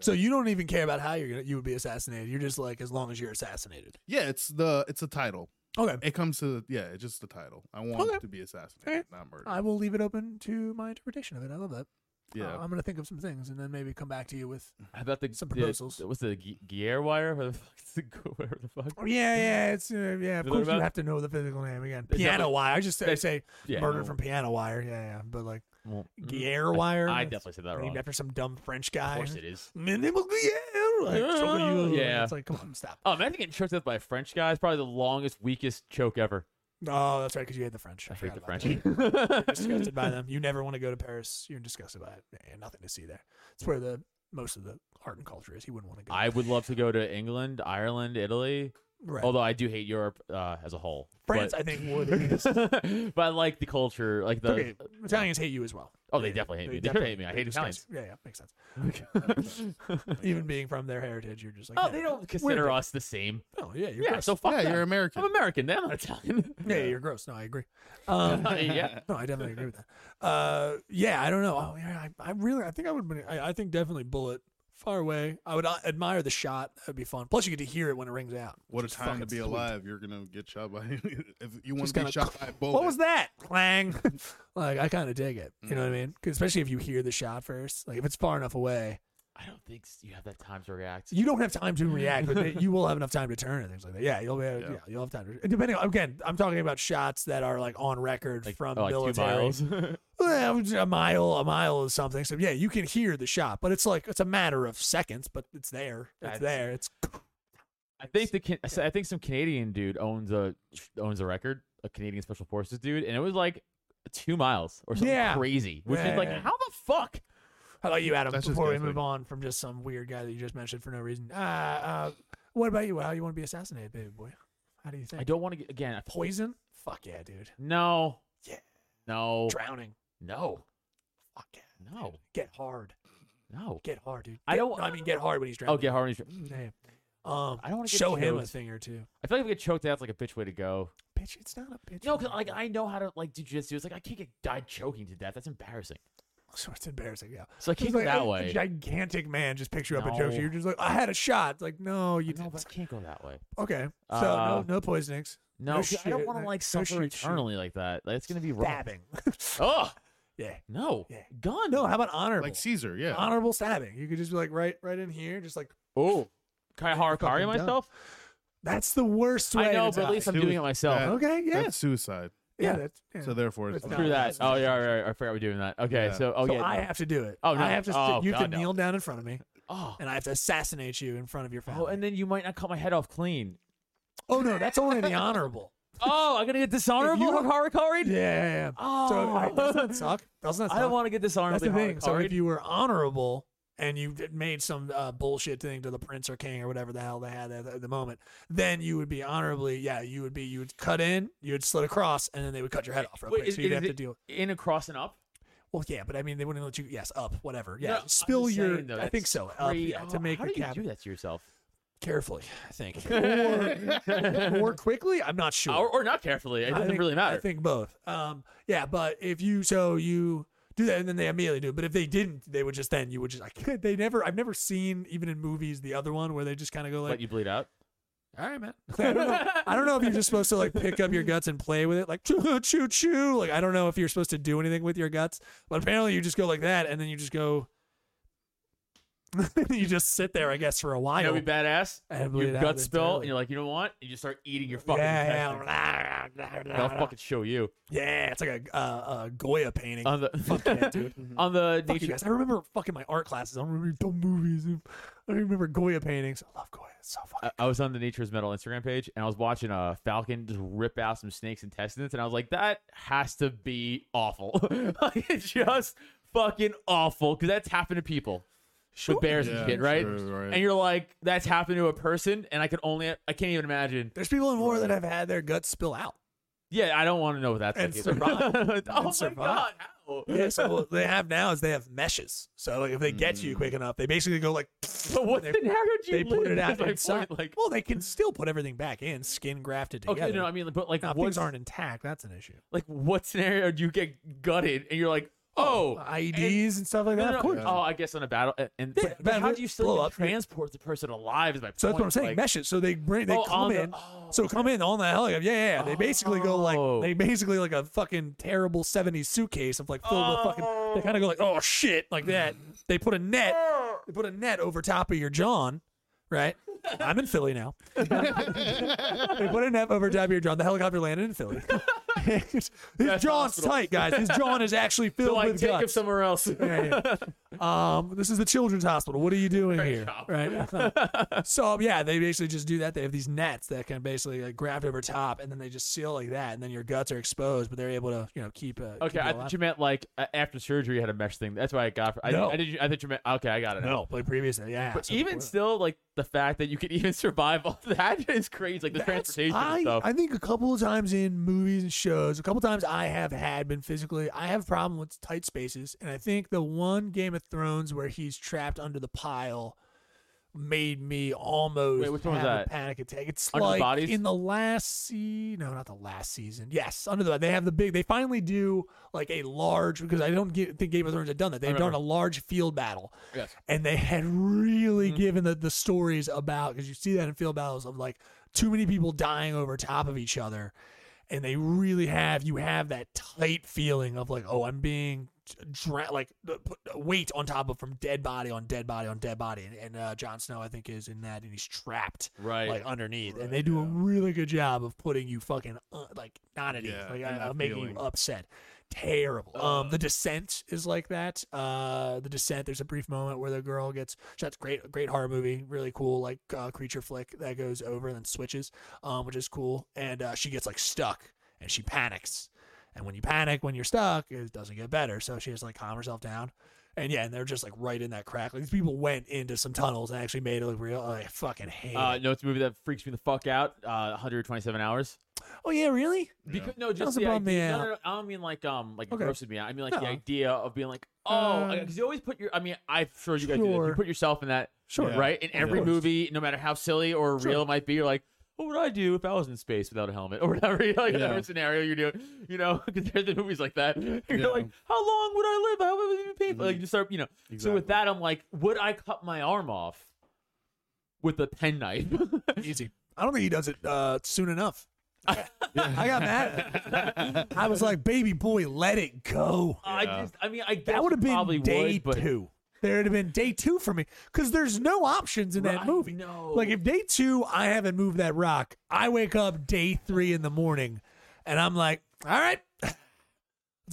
So you don't even care about how you're gonna you would be assassinated. You're just like as long as you're assassinated. Yeah, it's the it's a title. Okay. It comes to the, yeah, it's just the title. I want Okay. to be assassinated, Alright. not murdered. I will leave it open to my interpretation of it. I love that. yeah. Uh, I'm gonna think of some things and then maybe come back to you with. How about the Some the- proposals. what's the Gi- gear wire? Where the <laughs> fuck is it go? Where the fuck? Oh, yeah, yeah, it's uh, yeah. Of You learn course, you about- have to know the physical name again. They Piano definitely- wire. I just I they- say yeah, murder no. from piano wire. Yeah, yeah. But like Well, mm, Guerre wire. I that's definitely said that Named wrong. Of after some dumb French guy. mm, course it is. Minimal Guerre. Like, so you- Yeah. It's like come on, stop. Oh, imagine getting choked up by a French guy. It's probably the longest, weakest choke ever. Oh, that's right, because you hate the French. I hate the forgot French. <laughs> about that. You're disgusted by them. You never want to go to Paris. You're disgusted by it. Yeah, nothing to see there. It's where the most of the art and culture is. You wouldn't want to go. I would love to go to England, Ireland, Italy. right. Although I do hate Europe uh, as a whole. France, but, I think, would. It's- <laughs> but I like the culture, like the. okay, Italians hate you as well. Oh, they definitely hate me. They definitely- hate me. I they hate disgust you. Yeah, yeah, makes sense. <laughs> Even being from their heritage, you're just like, oh, "Yeah, they don't weird consider people." us the same. Oh, yeah, you're yeah, gross. so fuck yeah, them. you're American. I'm American. They're not Italian. <laughs> Oh, yeah, you're gross. No, I agree. Um, yeah. <laughs> No, I definitely agree with that. Uh, yeah, I don't know. Oh, yeah, I, I really, I think I would. I, I think definitely bullet far away. I would uh, admire the shot. That'd be fun. Plus, you get to hear it when it rings out. What a which is time to fucking be sweet. alive. You're gonna get shot by <laughs> if you want Just to kinda- <laughs> be shot by a bullet. What was that? <laughs> Clang. <laughs> like I kind of dig it. You know Mm. what I mean? 'Cause especially if you hear the shot first. Like if it's far enough away, I don't think s- you have that time to react. you don't have time to react, but <laughs> they- you will have enough time to turn and things like that. Yeah, you'll be. Yeah, Yeah. you'll have time. To, and depending on again, I'm talking about shots that are like on record like, from oh, like military. <laughs> two miles. Well, Eh, a mile, a mile is something. So yeah, you can hear the shot, but it's like it's a matter of seconds. But it's there. It's That's- there. It's I think the Can- I think some Canadian dude owns a owns a record, a Canadian Special Forces dude, and it was like two miles or something Yeah. crazy, which is like Yeah. how the fuck. how about you, Adam? That's just before we guessing. move on from just some weird guy that you just mentioned for no reason. Uh, uh what about you? How you want to be assassinated, baby boy? How do you think? I don't want to get again. I feel- poison. Fuck yeah, dude. No. Yeah. No. Drowning. No. Fuck yeah. No. Get hard. No. Get hard, dude. I Get- don't- No, I mean, get hard when he's Oh, drowning. get hard. on your- Yeah. Um, I don't wanna get show him a choked. thing or two. I feel like if we get choked out, it's like a bitch way to go. Bitch, it's not a bitch. No, because like I know how to like do jiu-jitsu. It's like I can't get died choking to death. That's embarrassing. So it's embarrassing. Yeah. So I It's can't go like that a, way. A gigantic man just picks you up and jokes you. No. You're just like, I had a shot. It's like, no, you I know, didn't. but I can't go that way. Okay. So Uh, no, no poisonings. No, 'cause I don't shit, want to no- like no suffer shoot, shoot. eternally like that. That's gonna be rough. Stabbing. <laughs> Oh yeah. no, Yeah. gun. No, how about honorable? Like Caesar, yeah. honorable stabbing. You could just be like right, right in here, just like Oh, can I fucking harakari dumb. myself? that's the worst way. I know, to but at die. least I'm Dude, doing it myself. that- okay. Yeah. That's suicide. yeah. That's, yeah. So therefore, it's It's not. Screw that. that's- Oh yeah, right, right. I forgot we're doing that. Okay, Yeah. so oh so yeah, I no. have to do it. Oh, I no. have to. st- Oh, you have God, to no. kneel down in front of me, oh. and I have to assassinate you in front of your family. oh, and then you might not cut my head <laughs> off clean. oh no, that's only <laughs> the honorable. Oh, I'm gonna get dishonorable were- harakari. Yeah. yeah, yeah. So I- Oh. doesn't <laughs> that suck? Doesn't that suck? I don't want to get dishonorable. That's the thing. So if you were honorable and you d- made some uh, bullshit thing to the prince or king or whatever the hell they had at, at the moment, then you would be honorably, yeah, you would be, you would cut in, you would slit across, and then they would cut your head off real quick. so you'd have to deal. in a cross and up. Well, yeah, but I mean, they wouldn't let you. Yes, up, whatever. Yeah, No, I'm spill just your. saying, though, I think that's so. Up, crazy. yeah, Oh, to make how your do you cap do that to yourself? <laughs> carefully. I think or, or quickly. I'm not sure. Or, or not carefully. It I doesn't think- really matter. I think both. Um, yeah, but if you so you do that and then they immediately do it. But if they didn't, they would just then you would just like they never. I've never seen even in movies the other one where they just kind of go Let like, you bleed out. all right, man. <laughs> <laughs> I don't, know, I don't know if you're just supposed to like pick up your guts and play with it, like choo choo choo. Like I don't know if you're supposed to do anything with your guts, but apparently you just go like that and then you just go. <laughs> you just sit there, I guess, for a while. You know, be badass. I don't Your believe that gut would spill, entirely. and you're like, you know what? You just start eating your fucking. yeah, intestines. yeah. They'll fucking show you Yeah, it's like a uh, a Goya painting. on the <laughs> Fuck yeah, <laughs> dude. on the Fuck you nature. guys. I remember fucking my art classes. I don't remember dumb movies. I don't remember Goya paintings. I love Goya. It's so fucking. I- I was on the Nature's Metal Instagram page, and I was watching a uh, falcon just rip out some snakes' intestines, and I was like, that has to be awful. <laughs> like, it's just fucking awful because that's happened to people. With bears Yeah, and shit, right? sure, right. And you're like, that's happened to a person, and I could only, I can't even imagine. There's people in war that have had their guts spill <laughs> out. Yeah, I don't want to know what that's And <laughs> like. survive. oh my survive. god, how? Yeah, so what they have now is they have meshes. So like, if they get you quick enough, they basically go like. <laughs> But what <laughs> they, the narrative Mm. you they put live it is out my inside. point, Like, well, they can still put everything back in, skin grafted okay, together. no, I mean, but like, Now, if what's things aren't intact. That's an issue. like what scenario do you get gutted, and you're like, oh, IEDs and- E and, stuff like No, that. no, of course. no. Oh, I guess on a battle. And, and- Yeah, but, but battle how hit, do you still blow even up, yeah. transport the person alive? Is my So that's point. what I'm saying. Like, meshes. So they bring they Oh, come on the- in. oh. So come in on the helicopter. Yeah, yeah. yeah. They basically go like Oh. they basically like a fucking terrible '70s suitcase of like filled with fucking. They kind of go like oh shit like <laughs> that. They put a net. They put a net over top of your John. Right, I'm in Philly <laughs> now. they put a net over top of your John. The helicopter landed in Philly. <laughs> His John's hospital. tight, guys. His John is actually filled So I <laughs> with take him guts. somewhere else. <laughs> Yeah, yeah. Um, this is the children's hospital. What are you doing here? job. <laughs> Right. so yeah, they basically just do that. They have these nets that can basically like graft over top, and then they just seal like that, and then your guts are exposed, but they're able to you know keep. Uh, <laughs> Okay, keep it I alive. thought you meant like a- after surgery you had a mesh thing. That's why I got. I, No. I did. I thought you meant. Okay, I got it. now. no, like previously, yeah. But so even before- still, like the fact that you could <laughs> even survive all that <laughs> is crazy. Like the That's- transportation I, and stuff. I think a couple of times in movies and shows, a couple times I have had been physically, I have a problem with tight spaces. And I think the one Game of Thrones where he's trapped under the pile made me almost Wait, which one was have that? a panic attack. It's Under the like Bodies? in the last season. No, not the last season. Yes, under the they have the big. They finally do like a large because I don't get, think Game of Thrones had done that. They've done remember. a large field battle yes. Mm-hmm. and they had really given the, the stories about because you see that in field battles of like too many people dying over top of each other and they really have you have that tight feeling of like oh i'm being dra- like uh, put weight on top of from dead body on dead body on dead body and, and uh, Jon Snow I think is in that and he's trapped Right. like underneath and they do a really good job of putting you fucking uh, like not at Yeah, ease like and uh, that making you feeling. Oh. upset terrible. um, the descent is like that. Uh, the descent. There's a brief moment where the girl gets. so That's great. Great horror movie. Really cool. Like uh, creature flick that goes over and then switches, um, which is cool. And uh, she gets like stuck and she panics. And when you panic, when you're stuck, it doesn't get better. So she has to like calm herself down. And yeah, and they're just like right in that crack. Like these people went into some tunnels and actually made it look real. I fucking hate Uh, it. no, it's a movie that freaks me the fuck out. Uh, 127 hours. Oh yeah, really? Because no, just Doesn't the bum me idea. No, out. no, no, I don't mean like um like Okay. grossed me out. I mean like the No. idea of being like oh Uh, because you always put your. I mean I'm sure you guys do that. You sure. put yourself in that Sure. Yeah. right in every course. movie, no matter how silly or Sure. real it might be. You're like. What would I do if I was in space without a helmet <laughs> or whatever? Like whatever scenario you're doing, you know, <laughs> because there's the movies like that. <laughs> You're Yeah. Mm. like, how long would I live? How would it be painful? Like you start, you know. So Exactly. with that, I'm like, would I cut my arm off with a pen <laughs> knife? Easy. I don't think he does it uh, soon enough. I got mad. I was like, baby boy, let it go. <laughs> I Yeah. just, I mean, I guess That would have you probably been day would, but two. There would have been day two for me because there's no options in Right, that movie. no. Like if day two, I haven't moved that rock. I wake up day three in the morning, and I'm like, all right, <laughs> let's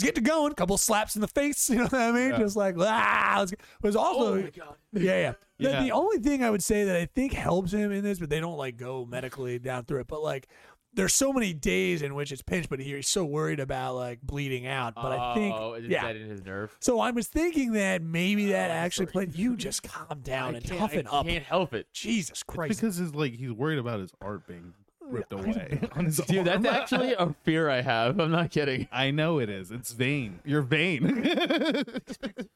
get to going. Couple slaps in the face, <laughs> you know what I mean? Just like ah, let's get. It was also, Oh my God. <laughs> yeah, yeah. The, Yeah. the only thing I would say that I think helps him in this, but they don't like go medically down through it, but like. There's so many days in which it's pinched, but he- he's so worried about like bleeding out. But I think, oh, is yeah, that in his nerve? so I was thinking that maybe that actually played. You just calm down Oh, I and can't- toughen I up. Can't help it. Jesus Christ! because his like he's worried about his art being ripped away <laughs> on his Dude, arm. that's actually a fear I have. I'm not kidding. I know it is. It's vain. <laughs> You're vain. <laughs>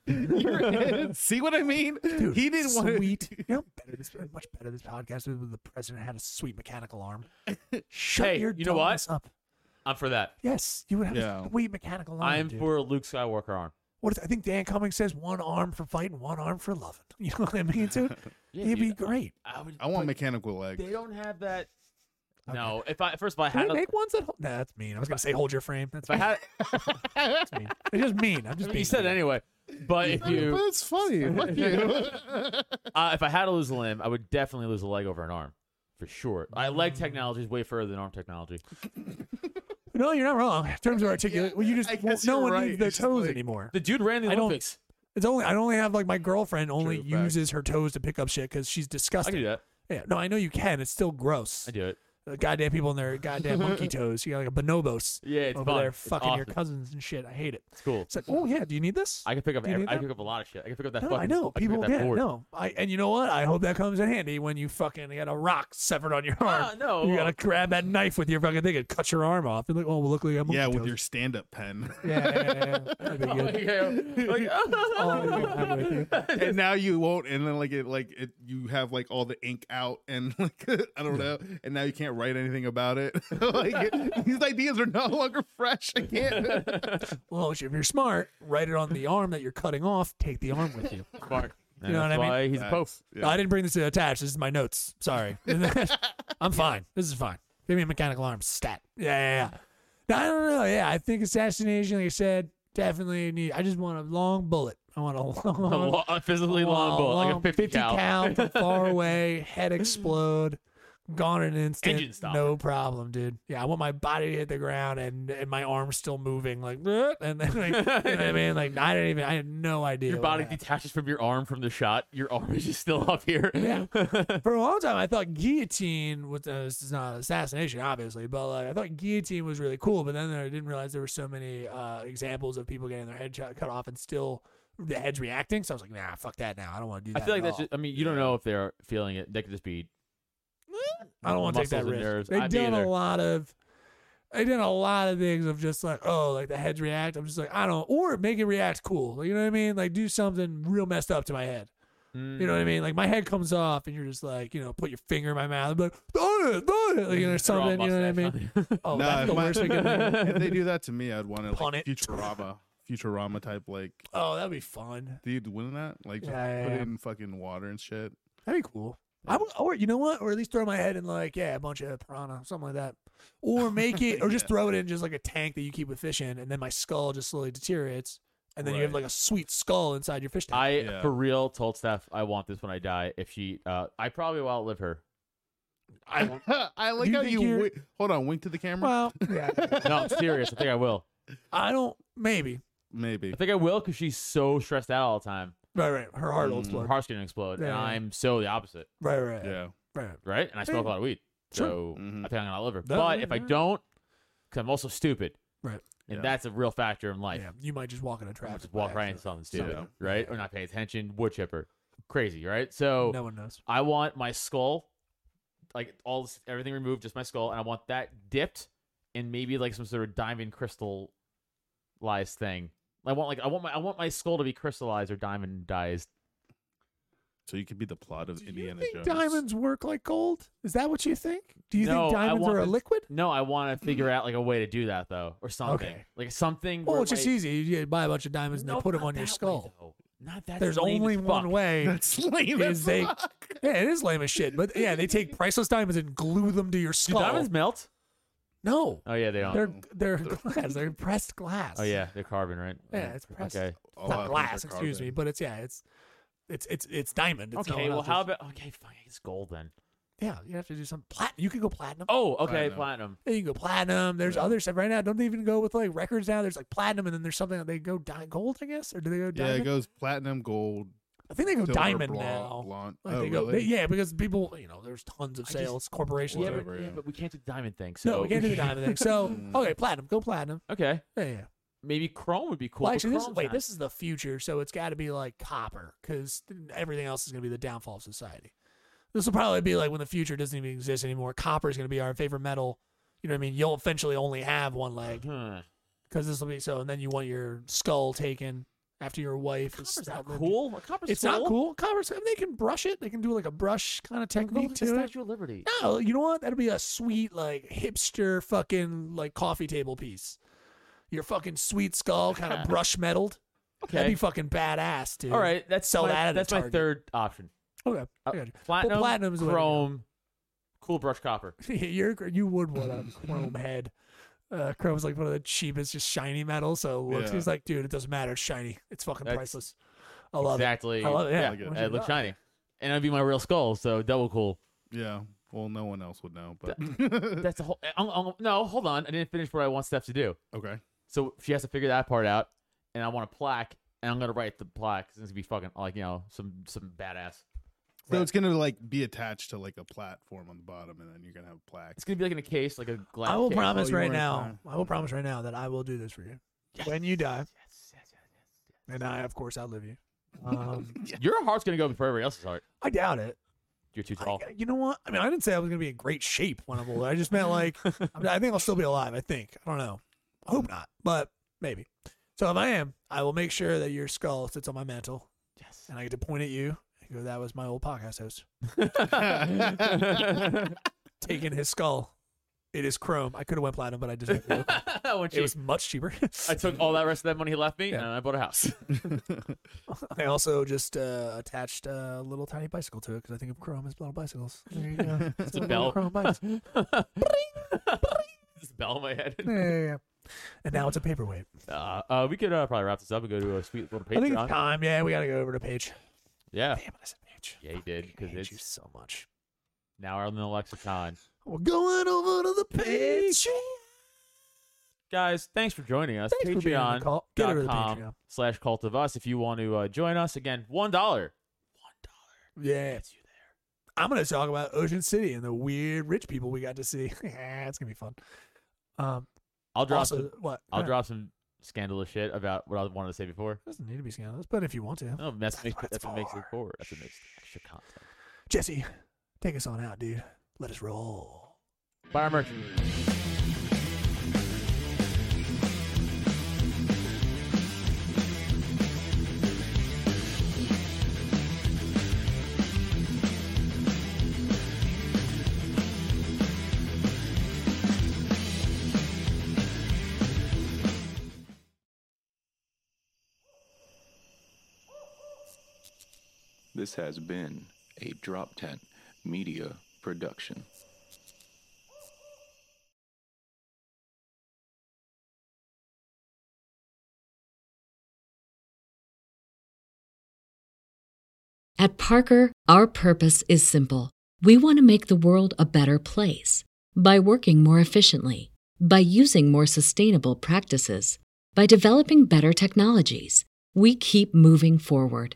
You're- see what I mean? Dude, he didn't want <laughs> to. sweet. You know, better this, much better this podcast is when the president had a sweet mechanical arm. Shut Hey, your you know what? dumbness up. I'm for that. Yes, you would have Yeah. a sweet mechanical arm. I am dude. for Luke Skywalker arm. What is, I think Dan Cummings says one arm for fighting, one arm for loving. <laughs> You know what I mean, <laughs> dude? It'd be dude. great. I would. <laughs> I want but mechanical legs. They don't have that. Okay. No. If I first of all, I Do had they a, make ones that hold? Nah, that's mean. I was gonna say hold your frame. <laughs> <laughs> That's if I mean. had, That's mean. It's just <laughs> mean. I'm just being. you said it mean. anyway. But if <laughs> But you, it's funny. Fuck you. uh, if I had to lose a limb, I would definitely lose a leg over an arm, for sure. I Mm. leg technology is way further than arm technology. No, you're not wrong. In terms of articulate, well, you just I well, guess no you're one right. needs their It's just toes like- anymore. The dude ran the I don't- Olympics. It's only I only have like my girlfriend only True, fact. uses her toes to pick up shit because she's I disgusted. can do that. Yeah, no, I know you can. It's still gross. I do it. The goddamn people in their goddamn <laughs> monkey toes. You got like a bonobos. Yeah, it's over fun. there It's fucking your awesome. cousins and shit. I hate it. It's cool. It's like, oh yeah, do you need this? I can pick up. Do you Every, need I that? pick up a lot of shit. I can pick up that. no, fucking, I know can pick people. up that Yeah, board. <laughs> no, I and you know what? I hope that comes in handy when you fucking got a rock severed on your arm. no, you well- gotta grab that knife with your fucking thing and cut your arm off. You're like, oh, well, look like I'm yeah, with your <laughs> stand-up pen. <laughs> yeah, yeah, yeah, yeah. That'd be good. <laughs> Like, <laughs> Oh, I'm with you. and now you won't. And then like it, like it, you have like all the ink out, and <laughs> like I don't know. And now you can't write anything about it. <laughs> like <laughs> it, these ideas are no longer fresh. I can't. Well, if you're smart, write it on the arm that you're cutting off. Take the arm with <laughs> you. you know what I mean? Why he's a pope. Yeah. I didn't bring this to attach. This is my notes. Sorry. <laughs> I'm fine. This is fine. Give me a mechanical arm. Stat. Yeah, yeah, yeah. No, I don't know. Yeah, I think assassination, like I said, definitely need. I just want a long bullet. I want a <laughs> long, A lo- a physically long long- bullet, like a long <laughs> 50, cal. from far away, head explode. Gone in an instant. Engine stop. No problem, dude. Yeah, I want my body to hit the ground and, and my arms still moving, like, <laughs> "Bleh," and then, like, you know what I mean? Like, I didn't even, I had no idea. Your what body happened. detaches from your arm from the shot. Your arm is just still up here. <laughs> Yeah. <laughs> For a long time, I thought guillotine was, uh, this is not an assassination, obviously, but like, I thought guillotine was really cool. But then I didn't realize there were so many uh, examples of people getting their head shot, cut off and still the heads reacting. So I was like, nah, fuck that now. I don't want to do I that. feel like at that's. all. Just, I mean, you don't know if they're feeling it. They could just be. I don't want to take muscles that and risk. nerves. They've I'd be done a either. lot of, they did a lot of things of just like, oh, like the heads react. I'm just like, I don't, or make it react cool. Like, you know what I mean? Like do something real messed up to my head. You know what I mean? Like my head comes off, and you're just like, you know, put your finger in my mouth, and be like, "Don't it, don't it," like, <laughs> you know, something. You know what I mean? <laughs> Oh, Nah, that's if the my- worst <laughs> we can do. if they do that to me, I'd want to Pun like it. Futurama, Futurama type like Oh, that'd be fun. dude winning that, like just Yeah, yeah, put yeah. it in fucking water and shit. That'd be cool. I would, or you know what, or at least throw my head in like yeah, a bunch of piranha, something like that, or make it, or just Yeah. throw it in just like a tank that you keep with fish in, and then my skull just slowly deteriorates, and then you have Right. like a sweet skull inside your fish tank. I Yeah. for real told Steph I want this when I die. If she, uh, I probably will outlive her. <laughs> I, like You how think you you're- wi- hold on, wink to the <laughs> camera. well, yeah, No, I'm serious. I think I will. I don't. Maybe <laughs> Maybe. I think I will because she's so stressed out all the time. right, right. Her heart will Mm. Her explode. heart's gonna explode, Yeah, and yeah. I'm so the opposite, Right, right, right, Yeah. right. right? And I smoke a lot of weed, Sure. so Mhm. I think I'm gonna outlive her. That- but if I that- don't, because I'm also stupid, Right. And Yeah. that's a real factor in life. Yeah, you might just walk in a I'm trap. just walk right into something stupid, Something. right? Or not pay attention, wood chipper, crazy, right? So No one knows. I want my skull, like all this, everything removed, just my skull, and I want that dipped in maybe like some sort of diamond crystallized thing. I want like I want my I want my skull to be crystallized or diamond dized. So you could be the plot of Do you Indiana think Jones. diamonds work like gold? Is that what you think? Do you No, I think diamonds want are a the- liquid? No, I want to figure out like a way to do that though, or something Okay. like something. Well, where it's just my- easy. You buy a bunch of diamonds and No, they put them not on your that way, skull. though. Not that. There's only one way. <laughs> <laughs> That's lame. Is as they- <laughs> fuck. Yeah, it is lame as shit. But yeah, they take priceless diamonds and glue them to your Do skull. diamonds melt? No, Oh yeah, they don't. they're they're <laughs> glass. They're pressed glass. Oh yeah, they're carbon, right? Yeah, it's pressed. Okay. A It's lot not of glass. things are Excuse me, carbon. but it's yeah, it's it's it's it's diamond. It's okay. no Well, one how else's. about okay? Fine, it's gold then. yeah? You have to do some platinum. You can go platinum. Oh, okay, Platinum. platinum. Yeah, You can go platinum. There's other stuff right now. Don't they even go with like records now? There's like platinum, and then there's something that they go di- gold, I guess, or do they go Yeah, diamond? it goes platinum, gold, I think they go silver, diamond blonde, now. blonde. Like oh, they go, really? they- yeah, because people, you know, there's tons of I just- sales, corporations. Yeah are- but, Whatever, yeah, yeah. but we can't do diamond thing. So no, we can't do the diamond thing. <laughs> So, okay, platinum, go platinum. Okay, Yeah, yeah. maybe chrome would be cool. well, but actually, this, chrome's wait, not- this is the future, so it's got to be like copper because everything else is going to be the downfall of society. This will probably be like when the future doesn't even exist anymore. Copper is going to be our favorite metal. You know what I mean? You'll eventually only have one leg Huh. because this will be so. And then you want your skull taken after your wife. is Copper's not outlived you. cool. Copper's It's not cool. Copper's, I mean, they can brush it. They can do like a brush kind of Go to technique the to it. Statue of Liberty. No, you know what? That'd be a sweet, like hipster, fucking like coffee table piece. Your fucking sweet skull, kind <laughs> of brush metaled. That'd Okay. be fucking badass, dude. All right, that's Sell my, that at a that's my Target. third option. Okay, Uh, I got you. platinum, Well, platinum is the way to go. chrome, cool brush copper. <laughs> You're gr- you would want a <laughs> chrome head. Uh, chrome's like one of the cheapest, just shiny metal. So it looks, Yeah. he's like, dude, it doesn't matter. It's shiny. It's fucking That's priceless. I love exactly. it. I love it. Yeah, like it. Once you It looks got shiny, and it'd be my real skull, so double cool. Yeah. Well, no one else would know, but <laughs> <laughs> That's a whole. I'm, I'm- no, hold on. I didn't finish what I want Steph to do. okay. So she has to figure that part out, and I want a plaque, and I'm gonna write the plaque. 'cause It's gonna be fucking like you know some some badass. So it's gonna like be attached to like a platform on the bottom, and then you're gonna have a plaque. It's gonna be like in a case, like a glass. I will case. promise Oh, you right weren't now. fine. I will promise right now that I will do this for you when you die. And I, of course, outlive you. Um, Your heart's gonna go before everybody else's heart. I doubt it. You're too I, tall. <laughs> you know what? I mean, I didn't say I was going to be in great shape when I'm older. I just <laughs> meant like, I, mean, I think I'll still be alive. I think. I don't know. I hope not, but maybe. So if I am, I will make sure that your skull sits on my mantle, Yes. and I get to point at you and go, "That was my old podcast host <laughs> taking his skull. It is chrome. I could have went platinum, but I just <laughs> When it she- was much cheaper. <laughs> I took all that rest of that money he left me, and I bought a house. <laughs> I also just uh, attached a little tiny bicycle to it because I think of chrome as little bicycles. <laughs> There you <laughs> go. It's a bell. Chrome <laughs> bikes. This bell in my head. Yeah, yeah, yeah. And now it's a paperweight. Uh, uh, we could uh, probably wrap this up and go to a sweet little Patreon. I think it's time. <laughs> Yeah, we got to go over to Paige. yeah. Damn it, I said Paige. Yeah, you did, Fucking 'cause hate you it's- so much. Now we're on the lexicon. We're going over to the pitch. Guys, thanks for joining us. Thanks for being on the call. Get over to Patreon. Patreon.com slash cult of us if you want to uh, join us. Again, $1. $1 Yeah. gets you there. I'm going to talk about Ocean City and the weird rich people we got to see. <laughs> it's going to be fun. Um, I'll drop also, some, what? <laughs> I'll Yeah, drop some scandalous shit about what I wanted to say before. doesn't need to be scandalous, but if you want to. No, Oh, That's that's, that's, what what, it's that's what makes it for. forward. That's what makes it extra content. Jesse, take us on out, dude. Let us roll. Buy our merch. This has been a Drop Tent Media production. At Parker, our purpose is simple. We want to make the world a better place by working more efficiently, by using more sustainable practices, by developing better technologies. We keep moving forward.